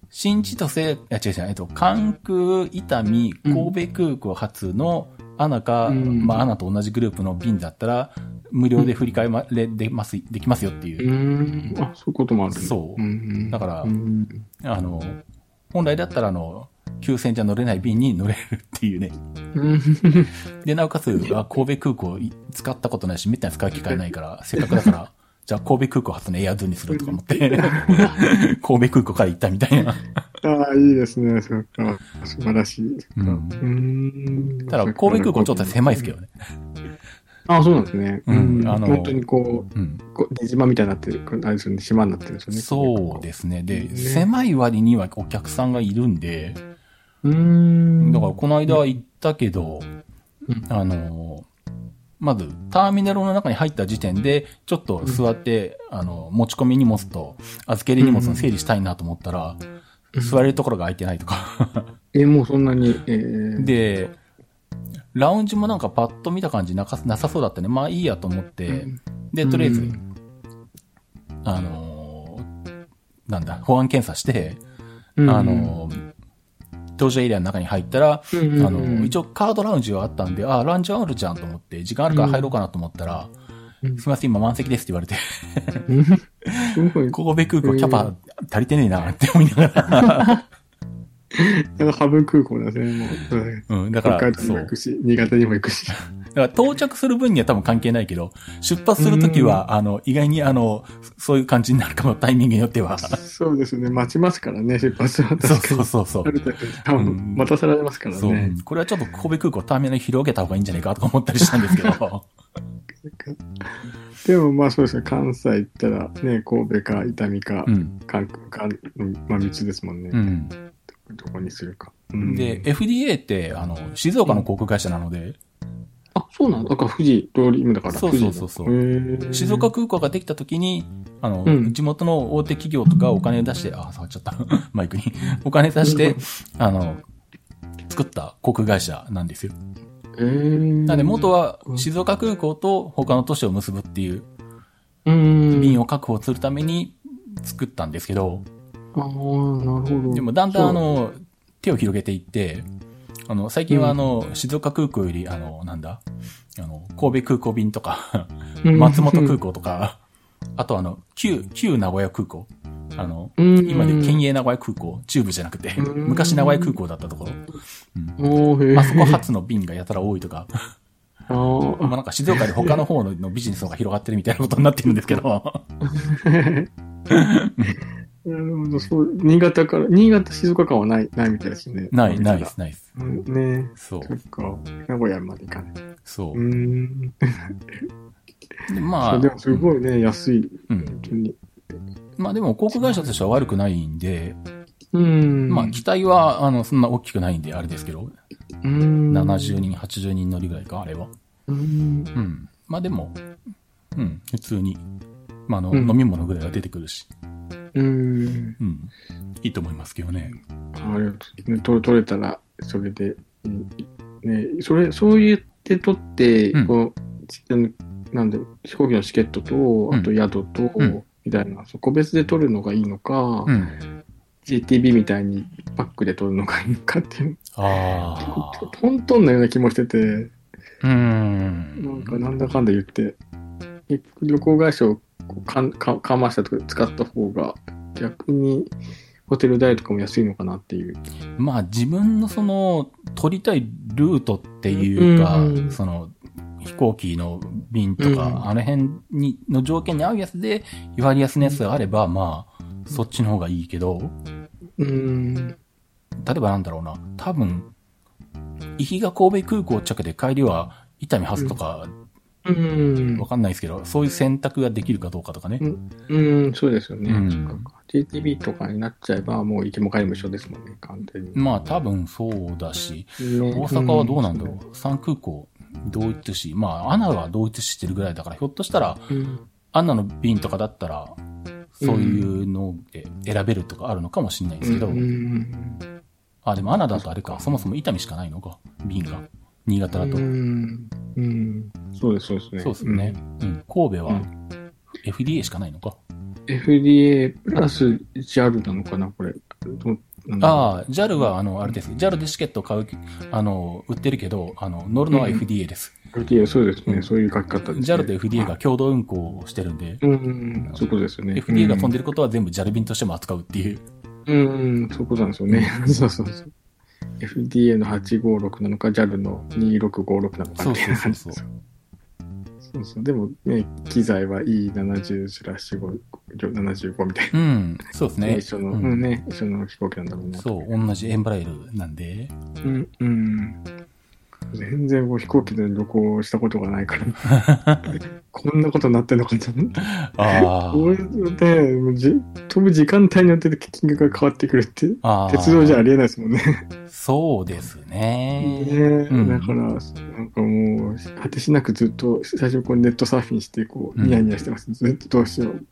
S2: 新千歳、あ、違う違う、えっと、関空、伊丹、神戸空港発のアナか、
S3: うん
S2: まあアナと同じグループの便だったら、無料で振り替えま、れでます、できますよっていう
S3: う。ん。あ、そういうこともあるんだ。
S2: そう
S3: うん
S2: だから
S3: うん
S2: あの、本来だったらあの、急線じゃ乗れない便に乗れるっていうね。
S3: うん
S2: で、なおかつ、あ神戸空港い使ったことないし、めったに使う機会ないから、せっかくだから、じゃあ神戸空港発のエアーズにするとか思って、神戸空港から行ったみたいな。
S3: ああ、いいですね。そっか。素晴らしい。
S2: うん
S3: うん。
S2: ただ、神戸空港ちょっと狭いですけどね。
S3: ああ、そうなんですね。
S2: うん
S3: うん
S2: あの
S3: 本当にこ
S2: うん。
S3: う、こう出島みたいになってる、これあれですよね、島になってるんですよね。
S2: そうですね。で、
S3: ね
S2: 狭い割にはお客さんがいるんで、
S3: うーん。
S2: だからこの間行ったけど
S3: うん、
S2: あの、まず、ターミナルの中に入った時点で、ちょっと座って、あの、持ち込み荷物と預け入れ荷物の整理したいなと思ったら、座れるところが空いてないとか。
S3: え、もうそんなに、えー、
S2: で、ラウンジもなんかパッと見た感じなかなさそうだったね。まあいいやと思って、で、とりあえ
S3: う
S2: ず
S3: ん、
S2: あの、なんだ、保安検査して、
S3: うん
S2: あ、の、搭乗エリアの中に入ったら、
S3: あ
S2: あの、一応カードラウンジはあったんで、あ、ラウンジはあるじゃんと思って、時間あるから入ろうかなと思ったら、
S3: うん
S2: すいません、今満席ですって言わ れて、
S3: うん すごい、
S2: 神戸空港キャパ足りてねえなって思いながら、
S3: なんかハブ空港なんですね、もう。 はい
S2: うん、だか
S3: 北海
S2: ら、
S3: 道に
S2: そ
S3: も
S2: う
S3: 行。くし、新潟にも行くし。
S2: だから到着する分には多分関係ないけど、出発するときは、あの、意外にあの、そそういう感じになるかも、タイミングによっては。そ
S3: そうですね、待ちますからね、出発は。
S2: う そうそうそう
S3: あ。る程度時間を
S2: うん
S3: 待たされますから
S2: そう
S3: ね。。
S2: これはちょっと神戸空港ターミナル広げた方がいいんじゃないかとか思ったりしたんですけど。
S3: でもまあそうですね、関西行ったらね、神戸か伊丹か
S2: う、ん。
S3: 関空かの、まあ道ですもんね。
S2: うん。
S3: どこにするか。うん
S2: で、FDA って、あの、静岡の航空会社なので、
S3: あ、そうなんだ。だから富士通り、今だから
S2: そう
S3: 富士
S2: そうそうそう
S3: う
S2: 静岡空港ができた時に、あの、
S3: うん
S2: 地元 の大手企業とかお金を出して、あ、触っちゃった。マイクに。お金出して、あの、作った航空会社なんですよ。
S3: えー。
S2: なんで元は静岡空港と他の都市を結ぶっていう
S3: うん。
S2: 便を確保するために作ったんですけど、
S3: ああ、なるほど。
S2: でもだんだんあ
S3: そう、
S2: の、手を広げていって、あの、最近はあの、静岡空港より、あの、なんだ、あの、神戸空港便とか、
S3: うん
S2: 松本空港とか、あとあの、旧、旧名古屋空港。あの、
S3: うん
S2: 今で県営名古屋空港、中部じゃなくて、
S3: うん
S2: 昔名古屋空港だったところ。
S3: おーへー
S2: まあ、そこ発の便がやたら多いと か、
S3: あー
S2: まあなんか静岡で他の方ののビジネスの方が広がってるみたいなことになってるんですけ ど、
S3: なるほど、そう、新潟から、新潟静岡間はない、ないみたいですね。
S2: ない、ないです、ないです。
S3: うんね
S2: そう
S3: そ、っか、名古屋まで行かない。
S2: そう
S3: ーん。
S2: う。でま
S3: そ
S2: あ
S3: う、でもすごいね、安い、
S2: うん。
S3: 本当に。
S2: まあでも航空会社としては悪くないんで、
S3: うん。
S2: まあ機体は、あの、そんな大きくないんで、あれですけど、
S3: うん。
S2: 70人、80人乗りぐらいか、あれは。
S3: うん。
S2: うん。まあでも、うん、普通に、まああの、
S3: うん
S2: 飲み物ぐらいは出てくるし、
S3: うん。
S2: うん。いいと思いますけどね。
S3: あれ、ね、取取れたら、それで、うんね、それ、そう言って取って、
S2: うん
S3: こうちあの、なんだろう飛行機のチケットと、
S2: ん
S3: あと宿と、
S2: うん
S3: みたいな、そう個別で取るのがいいのか、
S2: うん。
S3: JTB みたいにパックで取るのがいいのかっていう、
S2: ああ。
S3: トントンなような気もしてて、
S2: うー
S3: なん
S2: ん。
S3: かなんだかんだ言って、結局旅行会社をこうかんかかましたとか使った方が、逆にホテル代とかも安いのかなっていう。
S2: まあ自分のその、取りたいルートっていうか、
S3: うん
S2: その、飛行機の便とか、
S3: うん
S2: あの辺に、の条件に合うやつで、割安のやつがあれば、まあ、そっちの方がいいけど、
S3: うん。
S2: 例えばなんだろうな、多分、行きが神戸空港着で帰りは伊丹発とか、
S3: うん
S2: わ。かんないですけど、そういう選択ができるかどうかとかね。
S3: うん、そうですよね。
S2: う
S3: うんん、JTB とかになっちゃえば、もう行きも帰りも一緒ですもんね、完全に。
S2: まあ多分そうだし、
S3: ね
S2: 大阪はどうなんだろう。三空港、同一し、まあアナは同一してるぐらいだから、ひょっとしたら、
S3: うん。うん
S2: アナの便とかだったら、そういうので選べるとかあるのかもしれないですけど、
S3: うん
S2: あ、でもアナだとあれか、そもそも伊丹しかないのか、便が。新潟だと。
S3: うん。うん。そうです、そうですね。
S2: そうですね。うん。神戸
S3: う
S2: は
S3: ん
S2: FDA しかないのか。
S3: うん。FDA プラス JAL なのかな、これ。ああ。
S2: ああ、JAL は、あの、あれです。JAL でチケットを買う、あの、売ってるけど、あの、乗るのは
S3: うん
S2: FDA です。
S3: FDA、そうです
S2: う
S3: ね。
S2: ん
S3: そういう書き方です、ね。
S2: JAL と FDA が共同運行をしてるんで、
S3: うん、そういうことですよね。
S2: FDA が飛ん
S3: で
S2: でることは全部 JAL 便としても扱うっていう。
S3: うん、うんそういうことなんですよね。 そうそうそう。FDA の856なのか、JAL の2656なのか
S2: そ
S3: み
S2: う
S3: たい
S2: そうそう
S3: な感じ
S2: そ
S3: で
S2: う
S3: す。そうそう。でもね、機材は E70 スラッシュ75みたい
S2: うん、そうです
S3: な。
S2: ね。
S3: 一緒の、
S2: う
S3: うんん、ね、一緒の飛行機なんだろうな。
S2: そう、同じエンブライルなんで。
S3: うん、うん。全然こう飛行機で旅行したことがないから。 こんなことになってんのかと思って。
S2: ああ。
S3: これで、もうじ飛ぶ時間帯によって金額が変わってくるって。
S2: ああ。
S3: 鉄道じゃありえないですもんね。
S2: そうです
S3: ね
S2: ね。
S3: え、
S2: うん
S3: だから、なんかもう、果てしなくずっと、最初こうネットサーフィンして、こう、
S2: うん
S3: ニヤニヤしてます。ずっとどうしよう。
S2: う
S3: こ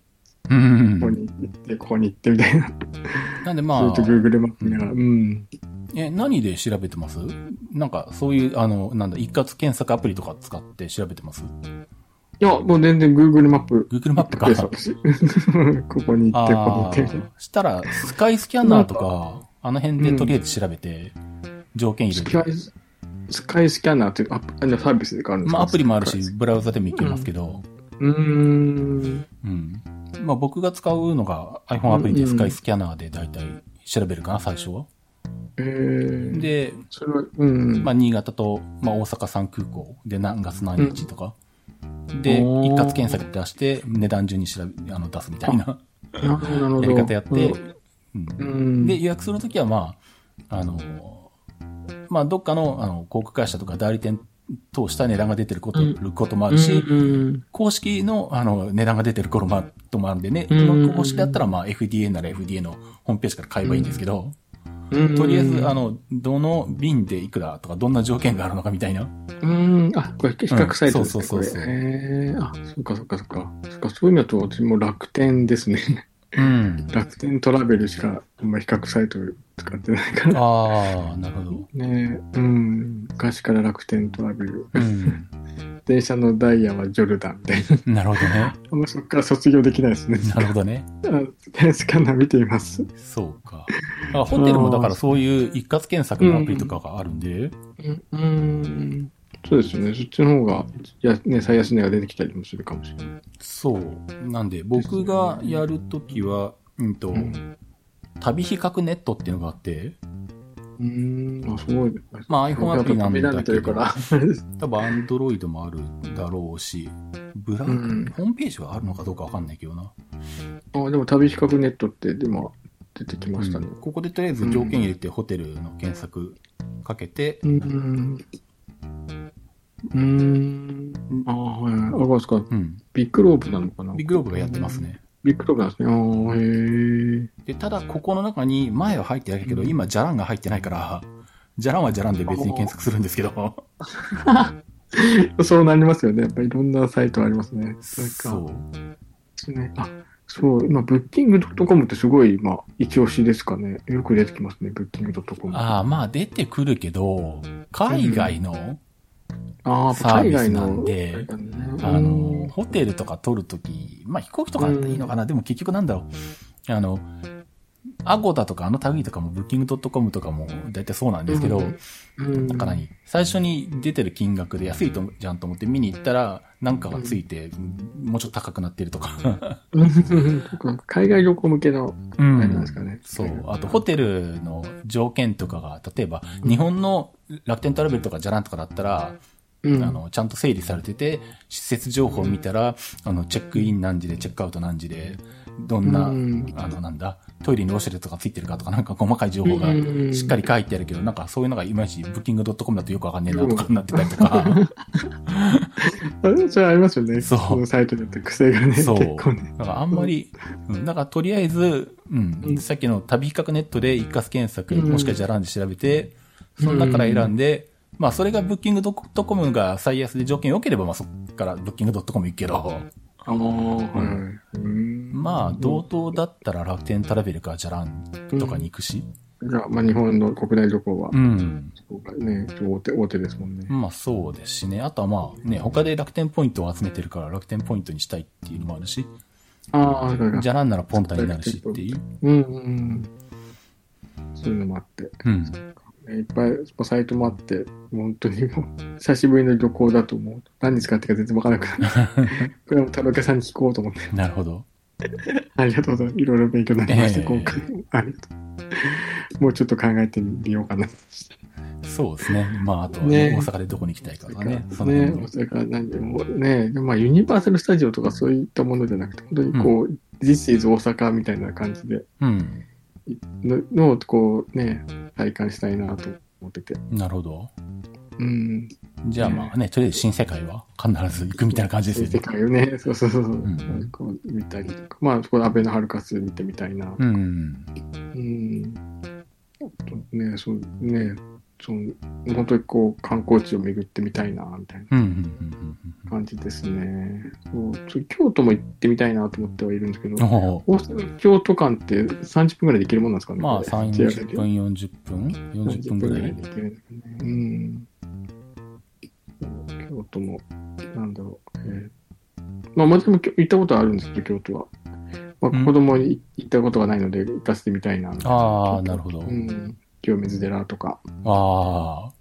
S3: こ
S2: ん。
S3: に行って、ここに行ってみたいな。
S2: なんでまあ
S3: ずっ、と Google マップ見ながら。うん。
S2: え、何で調べてますなんか、そういう、あの、なんだ、一括検索アプリとか使って調べてます
S3: いや、もう全然 Google マップ。
S2: ?Google マップか。
S3: です私 ここに行って、ここに行
S2: あ
S3: ってみたいな。
S2: あ、したら、スカイスキャナーとか、あの辺でとりあえず調べて、条件
S3: ス
S2: 入
S3: カ
S2: れ
S3: イ
S2: て。、
S3: スカイスキャナーっていうアプあのサービスがあるんですか
S2: まあ、アプリもあるし、。ブラウザでもいけますけど、
S3: うーん。
S2: うん。まあ、僕が使うのが iPhone アプリでスカイスキャナーで大体調べるかな、最初は。
S3: えー、
S2: で、
S3: それは、うん。
S2: まあ、新潟と、まあ、大阪三空港で何月何日とか。で、一
S3: おー
S2: 括検索で出して、値段順に調べ、あの、出すみたいな
S3: なるほど、なる
S2: や
S3: ほど。
S2: り方やって、
S3: う
S2: うん
S3: ん。
S2: で、予約するときは、まあ、あの、まあ、どっかの、あの、航空会社とか代理店通した値段が出てること、
S3: うん
S2: ることもあ
S3: う
S2: るし、
S3: ん、
S2: 公式の、あの、値段が出てる頃もあこともあるんでね、
S3: うん
S2: 公式だったら、まあ、FDA なら FDA のホームページから買えばいいんですけど、
S3: うん
S2: とりあえず、あ、の、どの便でいくらとか、どんな条件があるのかみたいな。
S3: うん、あ、これ比較サイトです
S2: うん
S3: ね、
S2: そ
S3: こ
S2: うそうそ
S3: れ。
S2: うそう
S3: へーあ、そっかそっかそっか。そっか、そういうのだと私も楽天ですね。
S2: うん。
S3: 楽天トラベルしか、まあ、比較サイト使ってないから。
S2: ああ、なるほど。
S3: ねえ、うん。昔から楽天トラベル。
S2: うん。
S3: 電車のダイヤはジョルダンみたいな。
S2: なるほどね。
S3: あんまそっから卒業できないですね。
S2: なるほどね。
S3: あスカンナー見ています。
S2: そうか。あホテルもだからそういう一括検索のアプリとかがあるんで、
S3: うん。そうですよね。そっちの方が、やね、最安値が出てきたりもするかもしれない。
S2: そう。なんで、僕がやるときは、うんと、旅比較ネットっていうのがあって、
S3: うん。あ、すごい。
S2: まあ iPhone アプリなんだけど
S3: やっぱ見られてるから、あれです。
S2: 多分 Android もあるだろうし、ブラウ
S3: うん
S2: ホームページはあるのかどうかわかんないけどな。
S3: あ、でも旅比較ネットって、でも、出てきましたね。
S2: うんここでとりあえず条件入れてホテルの検索かけて、
S3: うん。うん。あ、はい。あ、これですか。
S2: うん。
S3: ビッグローブなのかな
S2: ビッグローブがやってますね。
S3: ビッグローブなんですね。あーへえ。
S2: で、ただここの中に前は入ってないけど、
S3: うん
S2: 今ジャランが入ってないから、ジャランはジャランで別に検索するんですけど。
S3: そうなりますよね。やっぱりいろんなサイトありますね。なんか
S2: そう。
S3: ね。あ、そう、今、ブッキングドットコムってすごい、まあ、一押しですかね。よく出てきますね、ブッキングドットコム。
S2: ああ、まあ出てくるけど、海外の、
S3: あー、
S2: サービスなん
S3: 海
S2: で
S3: 外の
S2: あ
S3: う
S2: の、
S3: ん
S2: ホテルとか取るとき、まあ飛行機とかだったらいいのかな、でも結局なんだろう。あの、アゴダとかあの類とかも、ブッキング .com とかも大体そうなんですけど、
S3: うん、
S2: なんか何最初に出てる金額で安いとじゃんと思って見に行ったら、なんかがついて、もうちょっと高くなってるとか。
S3: うんなんか海外旅行向けの、
S2: う
S3: あれなんですかね。
S2: そう。あと、ホテルの条件とかが、例えば、日本の楽天トラベルとかじゃらんとかだったら、
S3: うん、
S2: あの、ちゃんと整理されてて、施設情報を見たら、あの、チェックイン何時で、チェックアウト何時で、どんな、
S3: うん
S2: あの、なんだ、トイレにウォシュレットがついてるかとか、なんか細かい情報が
S3: うん
S2: しっかり書いてあるけど、なんかそういうのがいまいち、ブッキング .com だとよくわかんねえなとかなってたりと か、
S3: あれそれありますよね。
S2: そう
S3: このサイトによって癖がね、結
S2: そう
S3: 構ね。
S2: なんかあんまり、うん、なんかとりあえず、うん、
S3: うん
S2: さっきの旅比較ネットで一括検索、
S3: うん
S2: もしくはじゃらんで調べて、その中から選んで、まあそれがブッキング .com が最安で条件良ければ、まあそっからブッキング .com 行くけど、
S3: ああ、はい。うん
S2: まあ、同等だったら楽天トラベルかじゃらんとかに行くし。
S3: じゃあ、まあ、日本の国内旅行は、
S2: ん。
S3: そうかね、大手、大手ですもんね。
S2: まあそうですしね。あとはまあね、他で楽天ポイントを集めてるから楽天ポイントにしたいっていうのもあるし、
S3: ああ、だから
S2: じ、ゃらんならポンタになるしっていう。
S3: うんうんうん。そういうのもあって、
S2: うん。
S3: ねいっぱいサイトもあって、本当に もう、久しぶりの旅行だと思う。何に使ってか全然わからなく なる。これも田中さんに聞こうと思って。
S2: なるほど。
S3: ありがとうございます。いろいろ勉強になりました、
S2: ええ
S3: 今回も。ありがとう。もうちょっと考えてみようかな。
S2: そうですね。まああとはね
S3: ね
S2: 大阪でどこに行きたいかとかね
S3: ね。、
S2: そ
S3: そ
S2: の
S3: れ
S2: 辺
S3: か
S2: の
S3: ら何でもね、まあユニバーサルスタジオとかそういったものじゃなくて、本当にこう、This is 大阪みたいな感じで、
S2: うん。
S3: ののをこうね、体感したいなと思ってて。
S2: なるほど。
S3: うん。
S2: じゃあまあね、とりあえず新世界は必ず行くみたいな感じです
S3: 世
S2: よね。
S3: 界をね、そうそうそうそう、
S2: ん
S3: こう見たりとか、まあ、これ、安倍のハルカス見てみたいな。
S2: うん。
S3: うん。あとね、そう、ね、その、本当にこう、観光地を巡ってみたいな、みたい
S2: うん。うん。うん
S3: な感じですね。そうそう京都も行ってみたいなと思ってはいるんですけど
S2: うん。、おー
S3: 大阪京都間って30分ぐらいで行けるもんなんですかね。
S2: ま
S3: こ
S2: あ
S3: れ
S2: 3、
S3: JR
S2: 40
S3: で
S2: 分、40分 ?40 分ぐらい
S3: で行けるんですかね。うん。京都も、なんだろう。えーまあ、私もきょ行ったことはあるんですけど、京都は。ま
S2: うん
S3: あ、子供に行ったことがないので、行かせてみたいな。
S2: ああ、なるほど。
S3: うん。清水寺とか、
S2: あ
S3: あ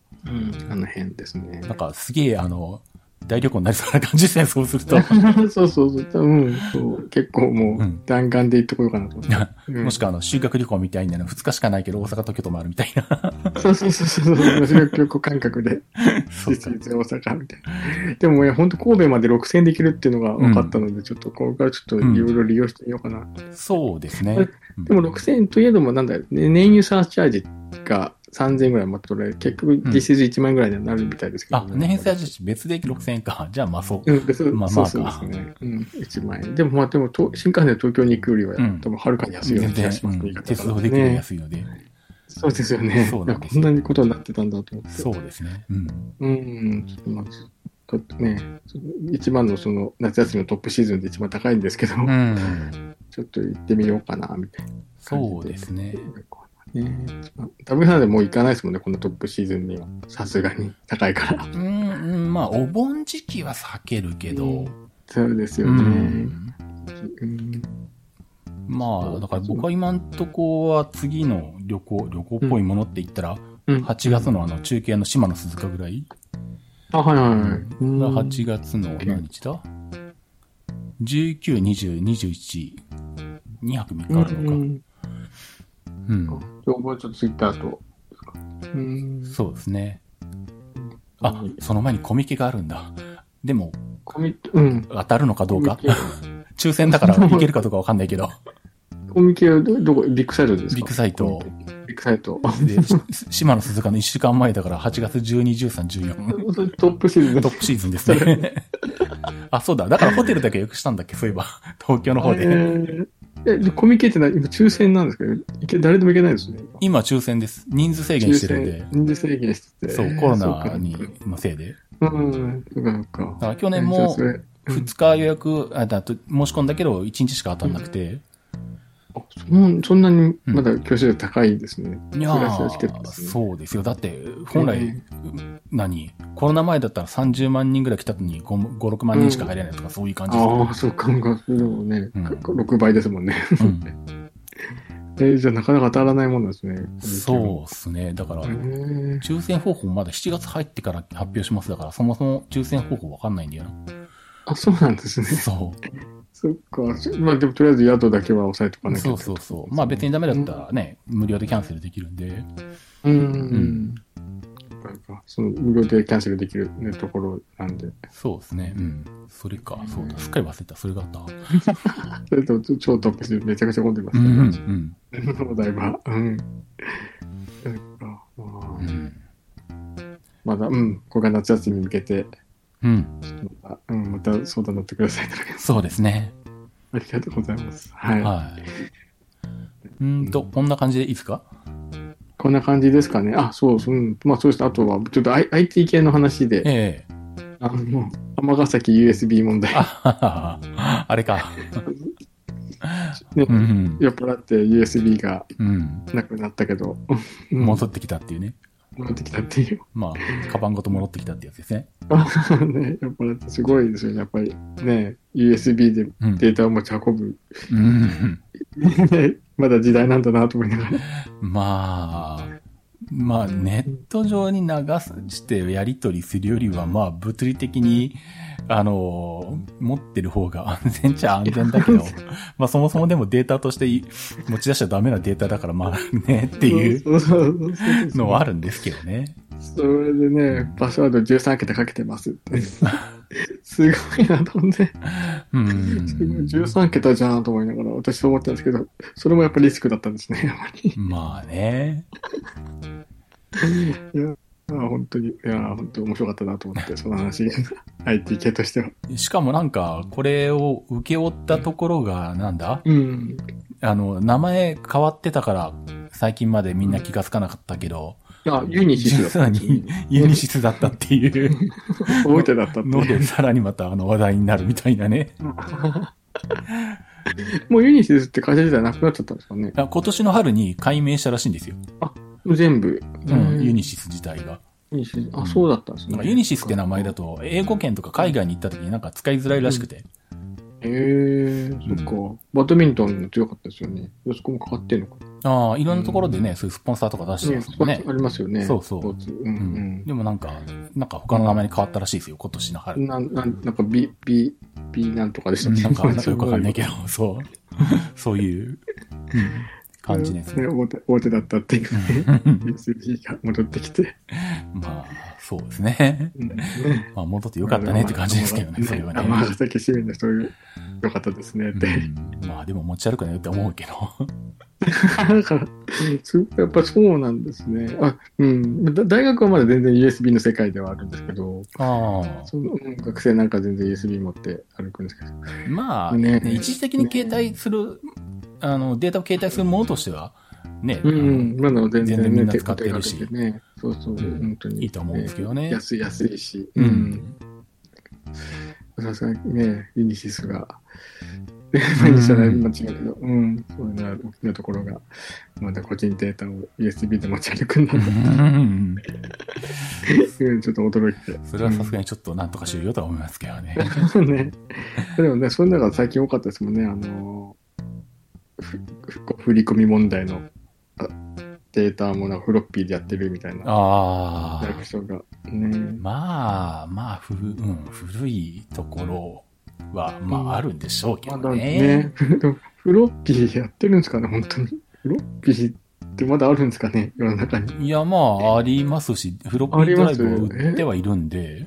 S3: の辺ですね
S2: あ、。なんかすげえ、あの、大旅行になりそうな感じですね、そうすると。
S3: そうそうそう。多分、そう結構も
S2: う、
S3: うん弾丸で行ってこようかなと思って。う ん
S2: もしくは、あの、修学旅行みたいなの、2日しかないけど、大阪と京都もあるみたいな。
S3: そうそうそうそう。私が旅行感覚で、
S2: そうか
S3: 実。実大阪みたいな。でもね、本当神戸まで6000円できるっていうのが分かったので、ちょっとこれからちょっといろいろ利用してみようかな。
S2: そうですね。うん
S3: でも6000円といえども、なんだよ、ね、燃油サーチャージが3000円ぐらいまとれ、結局実質1万円ぐらいにはなるみたいですけど、
S2: あ、年齢差値別で6000円か。じゃあ、まあそう。
S3: うん、そう
S2: まあ
S3: そ
S2: まあ
S3: うそうですね。うん、1万円。でもまあ、でもと、新幹線で東京に行くよりは、
S2: うん
S3: 多分はるかに安いよ
S2: 全
S3: うな気が
S2: 然
S3: し、
S2: う
S3: ます、
S2: ん
S3: 言い方
S2: 鉄
S3: が
S2: 道で行くより
S3: ね。
S2: 安いので。
S3: そうですよね。
S2: そうなんです
S3: こんなことになってたんだと思って。
S2: そうですね。うん。
S3: うん、ちょっとまあちょっとね、ちょっと一番のその夏休みのトップシーズンで一番高いんですけど、
S2: うん。
S3: ちょっと行ってみようかな、みたいな。
S2: そうですね。
S3: ねあ W さんでもう行かないですもんね、このトップシーズンには。さすがに。高いから。
S2: うん、うんまあ、お盆時期は避けるけど、
S3: そうですよ
S2: う
S3: ね。
S2: ん
S3: うん。
S2: まあ、だから僕は今んとこは次の旅行、旅行っぽいものって言ったら、
S3: うん
S2: 8月のあの中継の島の鈴鹿ぐらい、
S3: あ、はいはいはい。うん
S2: 8月の何日だ ?19、20、21、2泊3日ある
S3: う
S2: のか。
S3: ん。
S2: うん。
S3: 情報ちょっとツイッターと。うん。
S2: そうですね。あ、その前にコミケがあるんだ。でも、
S3: コミケ、うん。
S2: 当たるのかどうか
S3: コミケ。
S2: 抽選だ からいけるかどうかわかんないけど。
S3: コミケはどどこビッグサイトですか
S2: ビッグサイト。
S3: ビッグサイト。
S2: で、し島の鈴鹿の1週間前だから8月12、13、14。
S3: トップシーズン
S2: トップシーズンです ね。あ、そうだ。だからホテルだけ予約したんだっけそういえば。東京の方
S3: え
S2: で。
S3: ーえ、コミケってな今抽選なんですけど、いけ誰でもいけないですね。
S2: 今抽選です。人数制限
S3: 抽
S2: してるんで
S3: 選。、人数制限してて。
S2: そう、コロナにのせいで。
S3: そうか。うん、そうか、そうか
S2: だ。から去年
S3: じゃあ
S2: も
S3: それうん
S2: 2日予約、あだと申し込んだけど1日しか当たんなくて。
S3: あそんそんなにまだ教師料高いですね。
S2: いや
S3: プラスチケット
S2: ー、
S3: ですね
S2: そうですよ。だって、本来、
S3: うん
S2: 何コロナ前だったら30万人ぐらい来たのに 5, 5、6万人しか入れないとか、そういう感じです
S3: ああ、そうか、そうか、それでもね、
S2: うん
S3: 6倍ですもんね。
S2: うん
S3: え、じゃあなかなか当たらないもんなんですね。
S2: そうですね。だから
S3: へ、ー
S2: 抽選方法まだ7月入ってから発表しますだから、そもそも抽選方法わかんないんだよな。
S3: あ、そうなんですね。
S2: そ
S3: そっか。まあでもとりあえず宿だけは押さえとか
S2: う。
S3: なきゃ
S2: そうそうそう。まあ別にダメだったらね、無料でキャンセルできるんで。
S3: う
S2: うん
S3: ん。なんか、その無料でキャンセルできる、ね、ところなんで。
S2: そうですね。うん。それか、そうだ。すっかり忘れた。それがあった。
S3: それと超トップシーズンめちゃくちゃ混んでま
S2: う
S3: す
S2: ん
S3: ね。
S2: うん
S3: お台場。うん。なんか、ま
S2: う
S3: あ
S2: ん。
S3: まだ、うん、ここが夏休みに向けて、
S2: うん。
S3: また、うん、また相談乗ってください。
S2: そうですね。
S3: ありがとうございます。はい。
S2: はい。うんと、こんな感じでいいですか
S3: こんな感じですかね。あ、そうそう。うん、まあ、そうです。あとは、ちょっと I- IT 系の話で、
S2: ええ
S3: あの、尼崎 USB 問題。
S2: あはははあれか。
S3: ね
S2: う、ん
S3: 酔っ払って USB が
S2: うん。
S3: なくなったけど、
S2: うん。戻ってきたっていうね。
S3: 戻ってきたっていう。
S2: まあ、カバンごと戻ってきたってやつですね。
S3: ね、酔っ払って すごいですよね。やっぱり、ね、USB で
S2: うん。
S3: データを持ち運ぶ。
S2: うん。
S3: ね まだ時代なんだなと思いながら。
S2: まあ、まあ、ネット上に流してやり取りするよりは、まあ、物理的に、あの、持ってる方が安全っちゃ安全だけど、 まあ、そもそもでもデータとしてい持ち出しちゃダメなデータだから、まあね、っていう
S3: そうそうそうそう
S2: のはあるんですけどね。
S3: それでね、パスワード13桁かけて ますって。すごいなと思って。
S2: うん。
S3: すごい13桁じゃんと思いながら、私そう思ったんですけど、それもやっぱりリスクだったんですね、やっぱ り。
S2: まあね。
S3: いや、あ本当に、いや、本当面白かったなと思って、その 話。IT 系としては。
S2: しかもなんか、これを受け負ったところが、なんだ
S3: うん。
S2: あの、名前変わってたから、最近までみんな気がつかなかったけど、
S3: あ、ユニシスだ
S2: 実は
S3: ったんですね
S2: にユニシスだったって いう
S3: 覚えてだったって
S2: の
S3: いう。
S2: で、さらにまたあの話題になるみたいなね。
S3: もうユニシスって会社自体なくなっちゃったんですかね。
S2: あ今年の春に改名したらしいんですよ。
S3: 全部。
S2: うん、ユニ
S3: シ
S2: シス自体が。
S3: ス。ユニシス。あ、そうだったんです
S2: なんか
S3: ね。
S2: ユニシスって名前だと、英語圏とか海外に行った時になんか使いづらいらしくて。
S3: へえそっか。バドミントン強かったですよね。そこもかかってんのか。
S2: ああ、いろんなところでね、そういうスポンサーとか出してますもんね
S3: あ。りますよね。
S2: そうそう
S3: スポーツ。う
S2: うんん、でもなんか、なんか他の名前に変わったらしいですよ、今年の
S3: う
S2: 春。
S3: ん。なん、なん、なんか B、B、B なんとかでしたっけ
S2: なんか、なんかよくわか んないけど、 そう。そういう、うん感じですね。
S3: 大手、大手だったっていうね。USB が戻ってきて。
S2: まあ、そうですね。
S3: うん
S2: まあ、戻ってよかったねって感じですけ どね、それはね。
S3: 甘崎市民の人が良かったですねって。
S2: うん まあ、でも持ち歩くなよって思うけど。
S3: だから、す やっぱそうなんですね。あ、うん。だ大学はまだ全然 USB の世界ではあるんですけど、
S2: ああ。
S3: そのうん学生なんか全然 USB 持って歩くんですけど。
S2: まあ、
S3: ね
S2: ね一時的に携帯する、あの、データを携帯するものとしては、ね、
S3: うん、今のは全然
S2: 全然み
S3: ね、
S2: んな使ってるし
S3: 手がかけてね、そうそう、本当に。
S2: いいと思うんですけどね
S3: 安い、安いし。
S2: うん。
S3: うん。さすがにね、ユニシスが、 毎日じゃない、間違いだけど、うん、そういうのは大きなところが、また個人データを USB で持ち歩くんだ
S2: うんうん
S3: うんちょっと驚いて。
S2: それはさすがにちょっとなんとかしようよとは思いますけ どね。
S3: ね。でもね、そういうのが最近多かったですもんね。あの、ふふ振り込み問題のあデータもなんかフロッピーでやってるみたいな
S2: あ
S3: 役
S2: あ。
S3: 所が。ね。
S2: まあ、まあ、ふ、うん、古いところは、まあ、あるんでしょうけ
S3: ま
S2: ど
S3: あ、だ
S2: ね。
S3: ね。 でもフロッピーやってるんですかね、本当に。フロッピーってまだあるんですかね、世の中に。
S2: いや、まあ、ありますし、フロッピードライブを売ってはいるんで、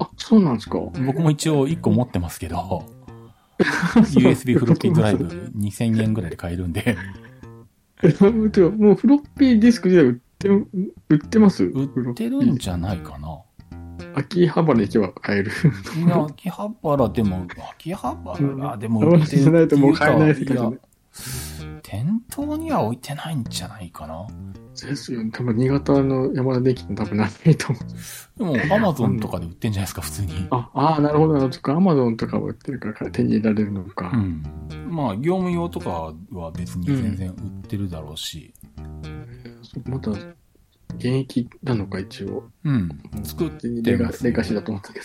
S3: あ、そうなんですか。
S2: 僕も一応1個持ってますけ ど、USB フロッピードライブ2000円ぐらいで買えるんで、
S3: えてかもうフロッピーディスク自体売って、売ってます
S2: 売ってるんじゃないかな。
S3: 秋葉原行けば買える。
S2: いや、秋葉原でも、秋葉原でも
S3: うん
S2: 売ってる
S3: 秋葉原じゃないともう
S2: ってい
S3: 買えない世界
S2: う
S3: だ
S2: か
S3: ね
S2: や店頭には置いてないんじゃないかな。
S3: ですよね。多分新潟の山田電機って多分ないと思う。
S2: でも、アマゾンとかで売ってんじゃないですか、普通に。
S3: あ、ああ、なるほど、なるほど。そっか、アマゾンとかは売ってるから手に入れられるのか。
S2: うん。まあ、業務用とかは別に全然売ってるだろうし。
S3: そうまた、現役なのか、一応。
S2: うん。
S3: 作って
S2: て
S3: レガ
S2: ます
S3: レガシーだと思ったけ
S2: だ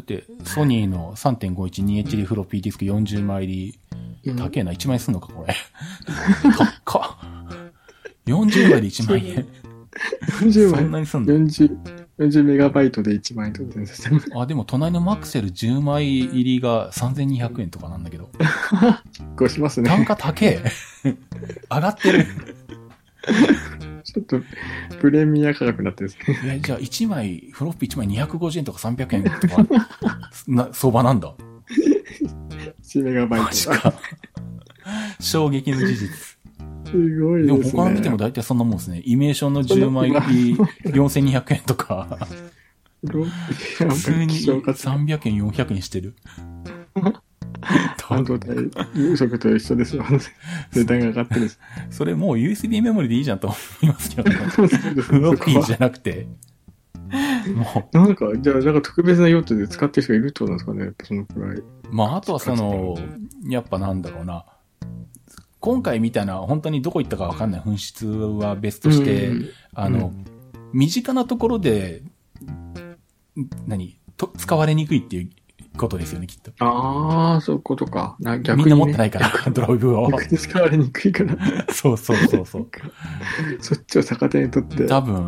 S2: って、ソニーの 3.512HD フロッピーディスク40枚入
S3: ど。う
S2: り、
S3: ん
S2: 高えな、1枚すんのか、これ。 高っ。40枚で1万円。
S3: 40
S2: そん
S3: 枚、
S2: なにすんの
S3: 40、40メガバイトで1万円と全然。
S2: あ、でも隣のマクセル10枚入りが3200円とかなんだけど。
S3: こうします
S2: 単
S3: ね。
S2: 価高え。上がってる。
S3: ちょっと、プレミア価格になってるんですね。
S2: え、じゃあ1枚、フロッピー1枚250円とか300円とか、な、相場なんだ。
S3: 1メガバイト。
S2: マジか。衝撃の事実。
S3: すごい
S2: で
S3: です
S2: も他
S3: ね。
S2: の見ても大体そんなもんですね。イメーションの10枚入り4200円とか、
S3: ロッ
S2: 普通に
S3: 希少価値
S2: 300円、400円して る。
S3: 半導体、夕食と一緒ですよ。 値段が上がってるんです。
S2: それもう USB メモリでいいじゃんと思いますけどね。
S3: そうですね
S2: フロッピーじ
S3: そ
S2: ゃなくて。も
S3: こはなんか、じゃあ、なんか特別な用途で使ってる人がいるってことなんですかね、やっぱそのくらい。
S2: う、まああとはその、やっぱなんだろうな。今回みたいな本当にどこ行ったかわかんない紛失は別として、
S3: うん
S2: あの、身近なところで、ん何と、使われにくいっていうことですよね、きっと。
S3: ああ、そういうことか。な逆
S2: み
S3: に、
S2: ん
S3: ね。
S2: な持ってないから、 ドライブを。
S3: 逆に使われにくいから、
S2: そうそうそうそう。
S3: そっちを逆手にとって、
S2: 多分、
S3: や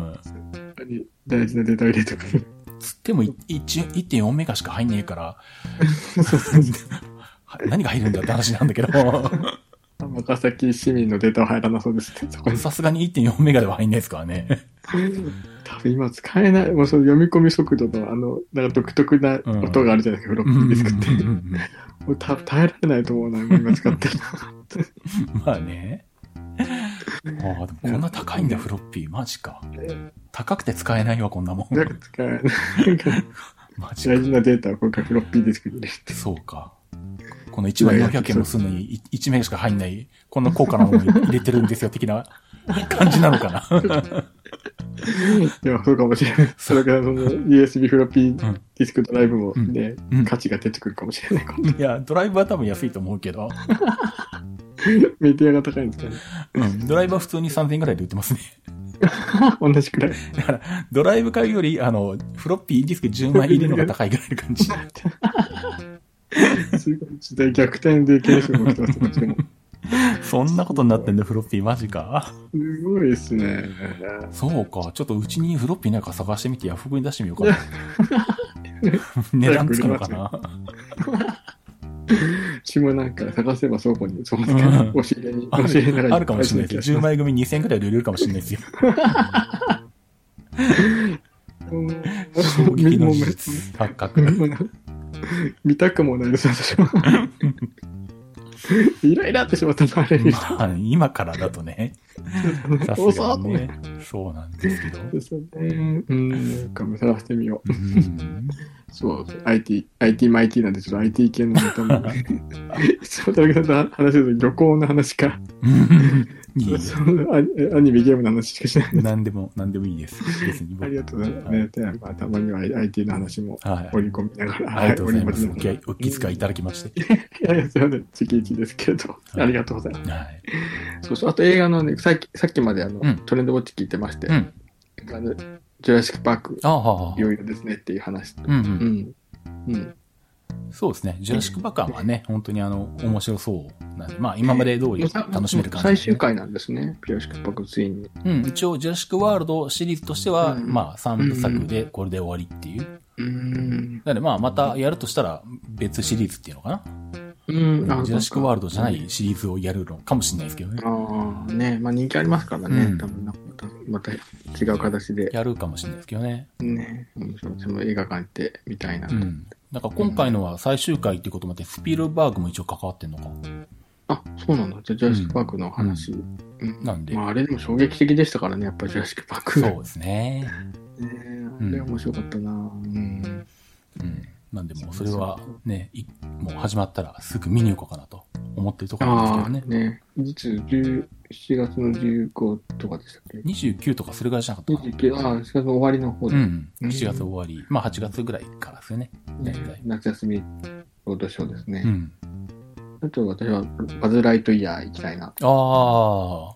S3: っぱり大事なデータを入れてくる。
S2: つってもい一1.4メガしか入んねえから、何が入るんだって話なんだけど、
S3: 尼崎市民のデータは入らなそうですね、そこに。
S2: さすがに1.4メガでは入んないですからね。
S3: 多分今使えない、もうその読み込み速度のあの、なんか独特な音があるじゃないですか、
S2: う
S3: フロッ
S2: ん
S3: ピーディスクって。もうた耐えられないと思うな、今使ってる。
S2: まあね。ああ、でもこんな高いんだ、フロッピー。マジか。高くて使えないわ、こんなもん。
S3: なんか使えない。なんか
S2: マジか
S3: 大事なデータを今回フロッピーディスクに入れて。
S2: そうか。この1枚400円もすんのに1名しか入んない、こんな高価なものに入れてるんですよ、的な感じなのかな。
S3: いや、そうかもしれない。それからその USB フロッピーディスクドライブもね、
S2: うんうん
S3: 価値が出てくるかもしれない。こ
S2: いや、ドライブは多分安いと思うけど、
S3: のメディアが高いんですかね。
S2: うん、ドライブは普通に3000円ぐらいで売ってますね。
S3: 同じくらい。
S2: だから、ドライブ買うより、あの、フロッピーディスク10枚入りの方が高いぐらいの感じ。
S3: すごい時代逆転で検証も来てますね。でも
S2: そんなことになってんだ、フロッピー、マジか。
S3: すごいですね。
S2: そうか、ちょっとうちにフロッピーないから探してみて、ヤフオクに出してみようかな。値段つくのかな。
S3: うちもなんか探せば倉庫に、そうですか
S2: うん
S3: 押し入れに、
S2: あ
S3: 押し入れの中
S2: る
S3: に。
S2: あるかもしれないです。10枚組2000円ぐらいで売れるかもしれないですよ。
S3: うん
S2: 衝撃
S3: も
S2: の
S3: う
S2: 事
S3: め
S2: 実発覚。
S3: 見たくもないです、私は。イライラってしまったな、あれ見た
S2: まあ、今からだとね、さ
S3: 遅っ
S2: すがにね、そうなんですけど。
S3: ですよね。うん、なんか探してみよ
S2: うん
S3: う。そう、IT、IT マイティなんで、ちょっと IT 系のネタも。いつも田中さんと話してると旅行の話か、
S2: いいよ
S3: そのアニアニメゲームの話しかしない。
S2: 何でも、何でもいいです。別に僕
S3: ありがとうございます。ね、でまあ、たまには IT の話も
S2: はい。はい
S3: 織り込みながら、
S2: ありがとうございます。
S3: は
S2: お
S3: 織り込みながら
S2: 気お気遣いいただきまして。
S3: いやいや、すいません。月一ですけれど、
S2: い
S3: ありがとうございま
S2: はい。
S3: す。そうそう。あと映画のね、さっき、さっきまであの、
S2: うん
S3: トレンドウォッチ聞いてまして、
S2: うん
S3: あのジュラシックパーク、
S2: ああ、はあはあ
S3: いよいよですねっていう話と。
S2: うんう。
S3: うんん。うん。
S2: そうですね。ジュラシック・パークはね、本当にあの、面白そうなんで、まあ今まで通り楽しめる感じ。
S3: 最終回なんですね。ジュラシックパークついに。
S2: うん、一応、ジュラシック・ワールドシリーズとしては、
S3: うん
S2: まあ、3部作でこれで終わりっていう。
S3: うん。
S2: なので、まあ、またやるとしたら、別シリーズっていうのか
S3: うん。
S2: な。
S3: あ
S2: ジュラシック・ワールドじゃな
S3: そ
S2: いシリーズをやるのかもしれないですけどね
S3: う。かああ、ねまあ人気ありますからね。
S2: うん
S3: 多分なんかまた、また違う形で。
S2: やるかもしれないですけどね。
S3: ね。うんそうその映画館行ってみたいな。
S2: うん。なんか今回のは最終回っていうこともあって、スピルバーグも一応関わってんのか。
S3: あ、そうなんだ。じゃあ、ジュラシック・パークの話。うん
S2: なんで
S3: まあ、あれでも衝撃的でしたからね、やっぱりジュラシック・パーク。
S2: そうですね。
S3: ねえあれは面白かったなう
S2: う
S3: ん。
S2: ん。なんで、もうそれはね、いもう始まったらすぐ見に行こうかなと思ってるところ
S3: あ
S2: な
S3: あ、
S2: んですけ
S3: ね
S2: どね。
S3: ね。いつ、17月の15とかでしたっけ
S2: 29とかそれぐらいじゃなかったかな。
S3: 29ああ、4月の終わりの方
S2: う
S3: で、
S2: ん。7月終わり。まあ8月ぐらいからですよね。大体。
S3: 夏休みロードショーです
S2: う
S3: ね。
S2: ん。
S3: あと私はバズ・ライトイヤー行きたいな。
S2: ああ、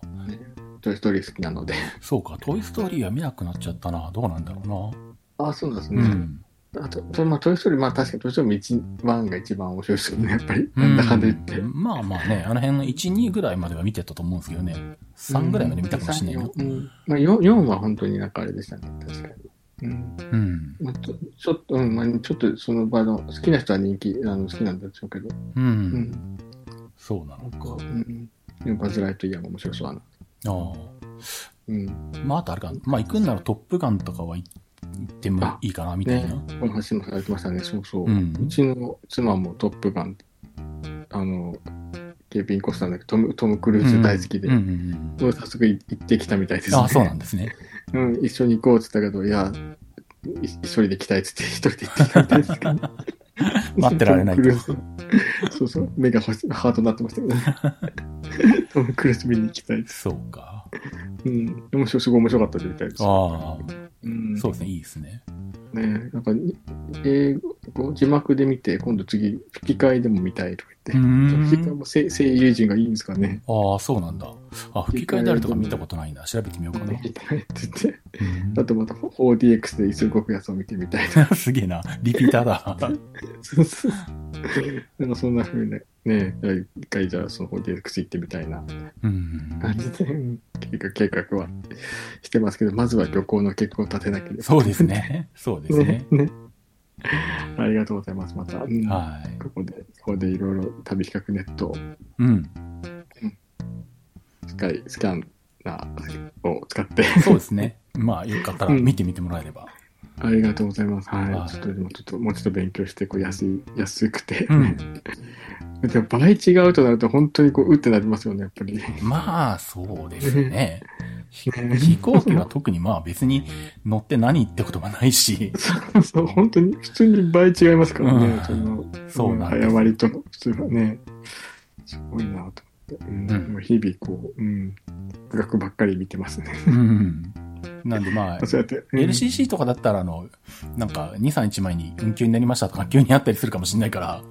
S3: トイ・ストーリー好きなので。
S2: そうか。トイストーリーは見なくなっちゃったな。どうなんだろ
S3: ああ、そうなんです
S2: うな。う
S3: ね。
S2: ん。
S3: あと、とまあ、トイ・ストーリー、まあ確かにトイ・ストーリー1が一番面白いですよね、やっぱり。
S2: う
S3: なんだかんだ言って。
S2: まあまあね、あの辺の1、2ぐらいまでは見てたと思うんですけどね。3ぐらいまで見たかもしれないよ。
S3: うんうんまあ、4, 四は本当になんかあれでしたね、確かに。うん
S2: うん。
S3: まあ、ちょちょっと、うんまあ、ちょっとその場の好きな人は人気あの好きなんでしょうけど、
S2: う。
S3: うんん、
S2: そうなの
S3: なんか、うんうん、バズ・ライトイヤーも面白そうだな。
S2: あ
S3: うん、
S2: あ。まああとあれかな。まあ行くんならトップガンとかは行ってもいいかな、みたい
S3: ね
S2: な。、
S3: この話もされてましたね、そうそう。
S2: う
S3: うんちの妻もトップガン、あの、ケイビン・コスターだけど、トムトム・クルーズ大好きで、
S2: うんうんうん
S3: もう早速い行ってきたみたいですね。
S2: ああ、そうなんですね。
S3: うん、一緒に行こうって言ったけど、いや、い一人で来たいっつって、一人で行ってきたみたいですけど。
S2: 待ってられないと
S3: トムクルーズそうそう、目がハハートになってまし たけど。トム・クルーズ見に行きたいっつ
S2: そうか。
S3: って。うん。でも、すごい面白かったみたいです。
S2: ああ、
S3: うん。
S2: そうですね。いいですね。
S3: ねなんか、に英語、字幕で見て、今度次、吹き替えでも見たいとか
S2: うー
S3: 言って。吹き替え
S2: ん。
S3: も声声優陣がいいんですかね。
S2: ああ、そうなんだ。あ、吹き替えであるとか見たことないな。調べてみようかな。
S3: 見たいって言って。
S2: うん
S3: あとまた 4DX で椅子動くやつを見てみたいな。
S2: すげえな。リピーターだ。
S3: そうそう。なんかそんな風にね、一回じゃあその 4DX 行ってみたいな
S2: うん。
S3: 感じで、計画、計画はしてますけど、まずは漁港の結果を立てなければ。
S2: そうですね。そうですね。
S3: ね。ありがとうございます、また。うん
S2: はい。
S3: ここで、ここでいろいろ旅比較ネットを
S2: うん。
S3: スカイ、スキャンナーを使って、
S2: そうですね。まあ、よかったら見てみてもらえれば。
S3: ありがとうございます。は
S2: はい
S3: い。ちょっとでもちょっと、もうちょっと勉強して、こう安い、安くて。
S2: うん。
S3: でも倍違うとなると、本当にこう、うってなりますよね、やっぱり。
S2: まあ、そうですね。ひ飛行機は特にまあ別に乗って何ってこともないし、
S3: そう、本当に、普通に倍違いますからね、
S2: う
S3: その、
S2: そうなんです。
S3: 誤りと、普通はね、すごいなと思って、うん
S2: うん
S3: もう日々こう、うん、額ばっかり見てますね。
S2: うん。なんでまあ、
S3: そうやって、うん
S2: LCC とかだったら、あの、なんか、2、3日前に運休になりましたとか、急にあったりするかもしれないから、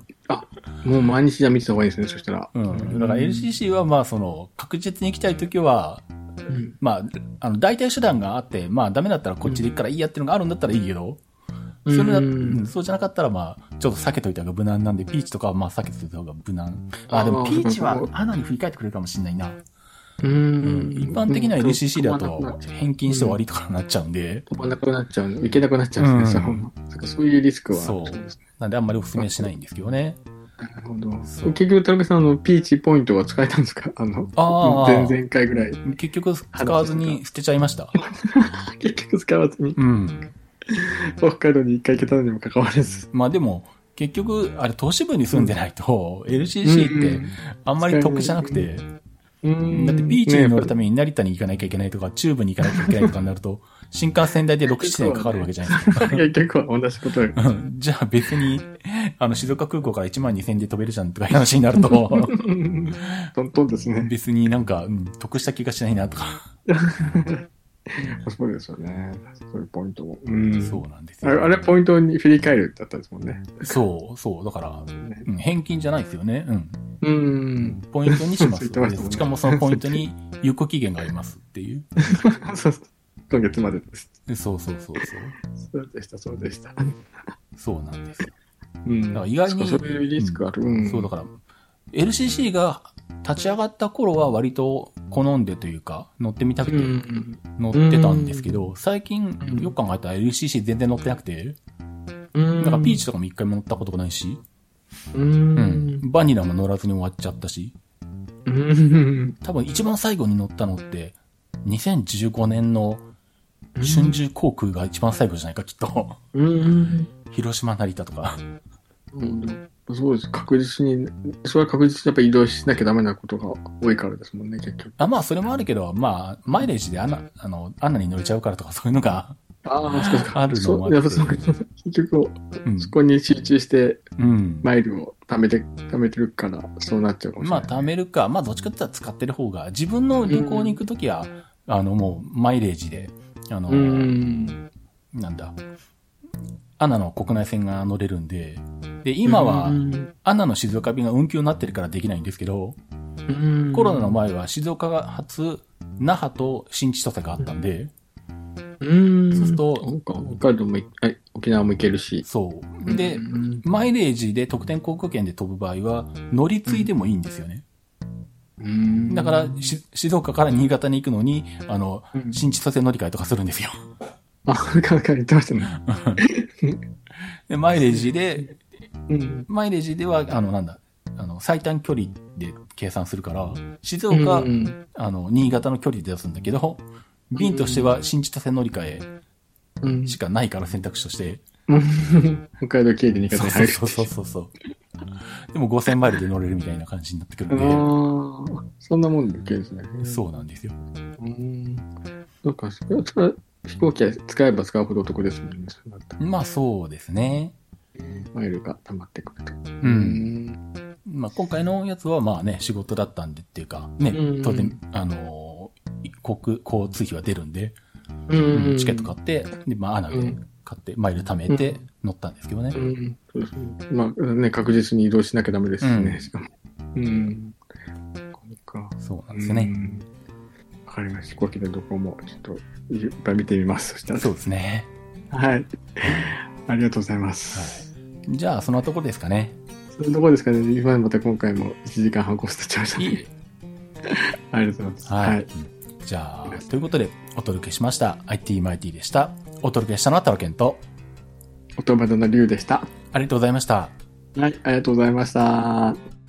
S3: もう毎日じゃ見てた方がいいですね、そしたら。
S2: うん。だから LCC は、まあ、その、確実に行きたいときは、
S3: うん
S2: まあ、あの、代替手段があって、まあ、ダメだったらこっちで行くからいいやっていうのがあるんだったらいいけど、
S3: うん
S2: それだ、
S3: う
S2: うんん、そうじゃなかったら、まあ、ちょっと避けといた方が無難なんで、ピーチとかは、まあ、避けといた方が無難。あ、でも、
S3: あー
S2: ピーチは
S3: そうか、
S2: アナに振り返ってくれるかもしれないな。
S3: う
S2: うんん。一般的には LCC だ
S3: 飛ばな
S2: と
S3: くなっちゃ、
S2: 返金して終わりとかになっちゃうんで、
S3: う飛ばなくなっちゃうの、行けなくなっちゃうんですね、
S2: うん
S3: そうそっかそういうリスクは。
S2: そう
S3: ですね
S2: なんであんまりお勧めはしないんですけどね。
S3: なるほ
S2: そ
S3: ど。
S2: う
S3: 結局、田中さん、あの、ピーチポイントは使えたんですかあの、
S2: あー
S3: 前々回ぐらい。
S2: 結局、使わずに捨てちゃいました。
S3: 結局使わずに、
S2: うん。
S3: 北海道に一回行けたのにもかかわらず。
S2: まあでも、結局、あれ、都市部に住んでないと、
S3: うん
S2: LCC って、あんまり得じゃなくて、
S3: うん
S2: だってビーチに乗るために成田に行かなきゃいけないとか、中部に行かなきゃいけないとかになる と、新幹線代で6、7年かかるわけじゃないですか。
S3: め。結局は同じこ とよ。
S2: うんじゃあ別に、あの、静岡空港から1万2000で飛べるじゃんとかいう話になると、
S3: トントンですね。
S2: 別になんか、うん得した気がしないなとか、
S3: そうですよね。そういうポイントも。うん。
S2: そうなんです
S3: あ
S2: よ。
S3: れ、あれポイントに振り返るだったんですもんね。
S2: そう、そう。だから、うん返金じゃないですよね。うん。
S3: うん。
S2: ポイントにしま
S3: そう言
S2: す。
S3: ってましたもんね
S2: しかもそのポイントに有効期限がありますっていう。
S3: そうそう今月までです。
S2: そうそうそうそう。
S3: そうでした、そうでした。
S2: そうなんですよ。
S3: うん。
S2: だから意外に
S3: そういうリスクある。
S2: そうだから、LCC が立ち上がった頃は割と好んでというか、乗ってみたくて
S3: うん。
S2: 乗ってたんですけど、最近よく考えたら LCC 全然乗ってなくて、
S3: う
S2: な
S3: ん。
S2: んかピーチとかも一回も乗ったことがないし、
S3: う。
S2: うんん。バニラも乗らずに終わっちゃったし、
S3: うん。
S2: 多分一番最後に乗ったのって、2015年の春秋航空が一番最後じゃないか、きっと。
S3: うん。
S2: 広島成田とか。
S3: うんそうです。確実に、それは確実にやっぱり移動しなきゃダメなことが多いからですもんね、結局。
S2: あまあ、それもあるけど、まあ、マイレージであんな、あの、あんなに乗れちゃうからとかそういうのが、
S3: ああ、そうですか。
S2: あるのもあ
S3: そうや
S2: っ
S3: ってぱそう結局、
S2: うん。
S3: そこに集中して、
S2: うん。
S3: マイルを貯めて、貯めてるから、そうなっちゃうかもし
S2: ま
S3: れ
S2: あ、
S3: ない。
S2: 貯めるか、まあ、どっちかって言ったら使ってる方が、自分の旅行に行くときは、あの、もう、マイレージで、あの、
S3: うん。
S2: なんだ、アナの国内線が乗れるんで、で、今は
S3: う、ん
S2: アナの静岡便が運休になってるからできないんですけど、コロナの、前は静岡が初、那覇と新千歳があったんで、
S3: うん。
S2: そうすると
S3: そうか、北海道もい、はい沖縄も行けるし。
S2: そう。で
S3: う、ん
S2: マイレージで特典航空券で飛ぶ場合は、乗り継いでもいいんですよね。
S3: うん
S2: だから、し静岡から新潟に行くのに、あの、
S3: うん
S2: 新千歳乗り換えとかするんですよ。
S3: あ、なんかなんか言ってましたね。
S2: で、マイレージで、
S3: うん。
S2: マイレージでは、あの、なんだ、あの、最短距離で計算するから、静岡、
S3: うん
S2: あの、新潟の距離で出すんだけど、便としては新千歳乗り換
S3: うん
S2: えしかないから選択肢として、
S3: 北海道経由で2回
S2: そう
S3: 入る。
S2: そうそうそうそう。でも5000マイルで乗れるみたいな感じになってくるんで、
S3: ああ、そんなもんでいけるんですね。
S2: そうなんですよ。
S3: うん。なんか、それはそれは飛行機は使えば使うほどお得ですもんね。そうなったら
S2: まあそうですね。
S3: マイルが溜まってくると。
S2: う。
S3: うんん。
S2: まあ今回のやつはまあね、仕事だったんでっていうか、ね
S3: うん、
S2: 当然、あのー、国、交通費は出るんで、
S3: う
S2: うん
S3: ん。
S2: チケット買って、で、まあ穴で買って、マイル貯めて乗ったんですけどね
S3: う。ん。そうですね。まあ、ね、確実に移動しなきゃダメですし
S2: う
S3: ね、
S2: ん
S3: しかも。うん。これか。
S2: そうなんですよね。
S3: うん。わかりました。飛行機のどこも、ちょっと、いっぱい見てみます。そしたら。
S2: そうですね。
S3: はい。ありがとうございます。
S2: じゃあそのところですかね。
S3: それどこですかね今また今回も1時間半コース経っちゃいました
S2: い
S3: ね。
S2: い
S3: ありがとうございます。
S2: はい。じゃあ、ということで、お届けしました。IT マイティでした。お届けしたのはタロケンと、
S3: 音羽田の龍でした。
S2: ありがとうございました。
S3: はい、ありがとうございました。